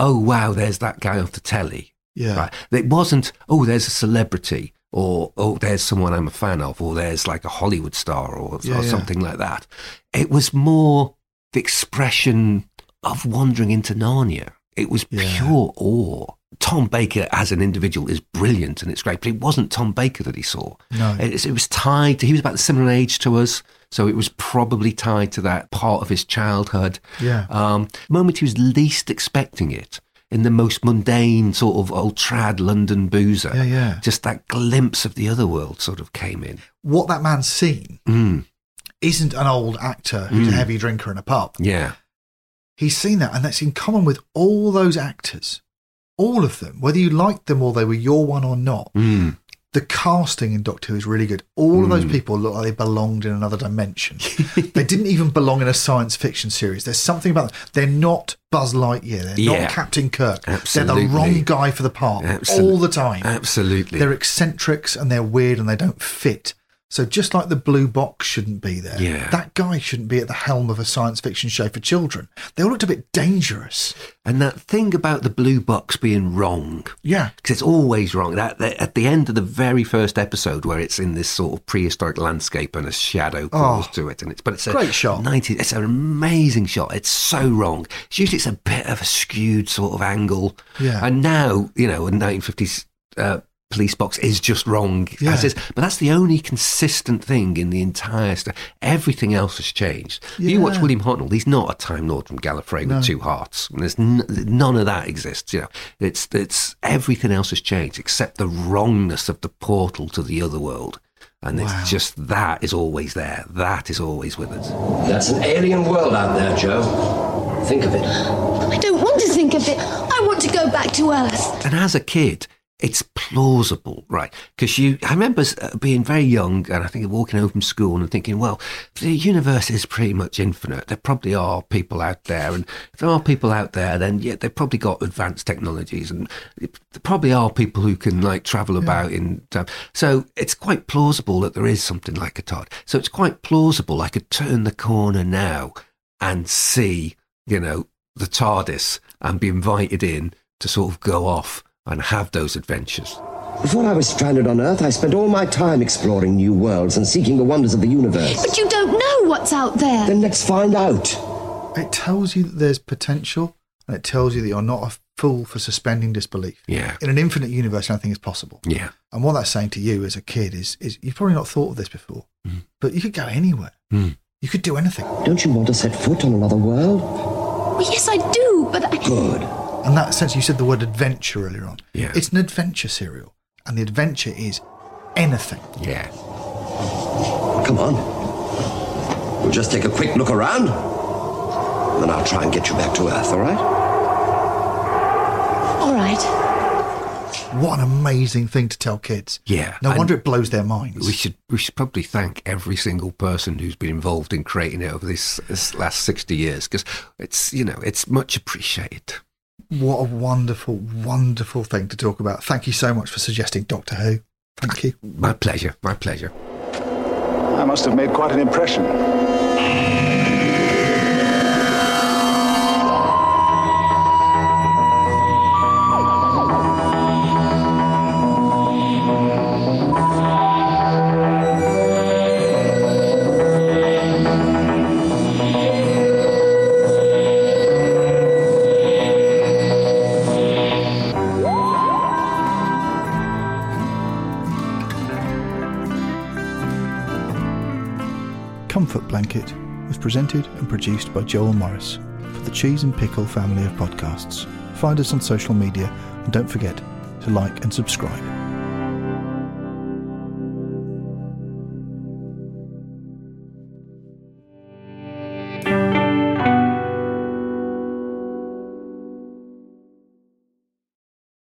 "Oh wow, there's that guy off the telly."
Yeah.
Right. It wasn't, "Oh, there's a celebrity," or "Oh, there's someone I'm a fan of," or "There's like a Hollywood star," or,
Yeah,
or
yeah.
something like that. It was more the expression of wandering into Narnia. It was pure awe. Tom Baker as an individual is brilliant and it's great, but it wasn't Tom Baker that he saw.
No.
It, it was tied to, he was about the similar age to us, so it was probably tied to that part of his childhood.
Yeah.
Um, moment he was least expecting it, in the most mundane sort of old trad London boozer.
Yeah, yeah.
Just that glimpse of the other world sort of came in.
What that man's seen
Mm,
isn't an old actor who's a
Mm.
heavy drinker in a pub.
yeah.
He's seen that, and that's in common with all those actors. All of them, whether you liked them or they were your one or not,
Mm.
the casting in Doctor Who is really good. All of those
Mm.
people look like they belonged in another dimension. they didn't even belong in a science fiction series. There's something about them. They're not Buzz Lightyear. They're
Yeah.
not Captain Kirk. They're
Absolutely.
the wrong guy for the part
Absol-
all the time.
Absolutely.
They're eccentrics and they're weird and they don't fit. So just like the blue box shouldn't be there,
Yeah.
that guy shouldn't be at the helm of a science fiction show for children. They all looked a bit dangerous.
And that thing about the blue box being wrong.
Yeah.
Because it's always wrong. That, that- at the end of the very first episode, where it's in this sort of prehistoric landscape and a shadow falls
Oh.
to it, and it's but it's a
Great shot.
Ninety. It's an amazing shot. It's so wrong. It's usually it's a bit of a skewed sort of angle.
Yeah.
And now you know, a nineteen fifties uh, police box is just wrong
Yeah.
as is. But that's the only consistent thing in the entire stuff. Everything else has changed. You watch
Yeah.
William Hartnell. He's not a Time Lord from Gallifrey
No.
with two hearts. And there's n- none of that exists. You know, it's it's everything else has changed except the wrongness of the portal to the other world. And
Wow.
it's just that is always there. That is always with us.
That's an alien world out there, Joe. Think of it.
I don't want to think of it. I want to go back to Earth.
And as a kid, it's plausible, right? Because you, I remember uh, being very young and I think walking home from school and thinking, well, the universe is pretty much infinite. There probably are people out there. And if there are people out there, then yeah, they've probably got advanced technologies and it- there probably are people who can like travel about in time. So it's quite plausible that there is something like a Todd. So it's quite plausible. I could turn the corner now and see, you know, the TARDIS and be invited in to sort of go off and have those adventures.
Before I was stranded on Earth, I spent all my time exploring new worlds and seeking the wonders of the universe.
But you don't know know what's out there. Then let's find out.
It tells you that there's potential, and it tells you that you're not a fool for suspending disbelief.
Yeah.
In an infinite universe, anything is possible.
Yeah.
And what that's saying to you as a kid is, is you've probably not thought of this before,
Mm-hmm.
but you could go anywhere.
Hmm.
You could do anything.
Don't you want to set foot on another world?
Well, yes, I do, but I.
And that sense, you said the word adventure earlier on.
Yeah.
It's an adventure serial, and the adventure is anything.
Yeah.
Come on. We'll just take a quick look around. Then I'll try and get you back to Earth, all right?
All right.
What an amazing thing to tell kids.
Yeah.
No
and
wonder it blows their minds.
We should we should probably thank every single person who's been involved in creating it over this, this last sixty years because it's you know it's much appreciated.
What a wonderful, wonderful thing to talk about. Thank you so much for suggesting Doctor Who. Thank you.
My pleasure. My pleasure.
I must have made quite an impression.
Comfort Blanket was presented and produced by Joel Morris for the Cheese and Pickle family of podcasts. Find us on social media and don't forget to like and subscribe.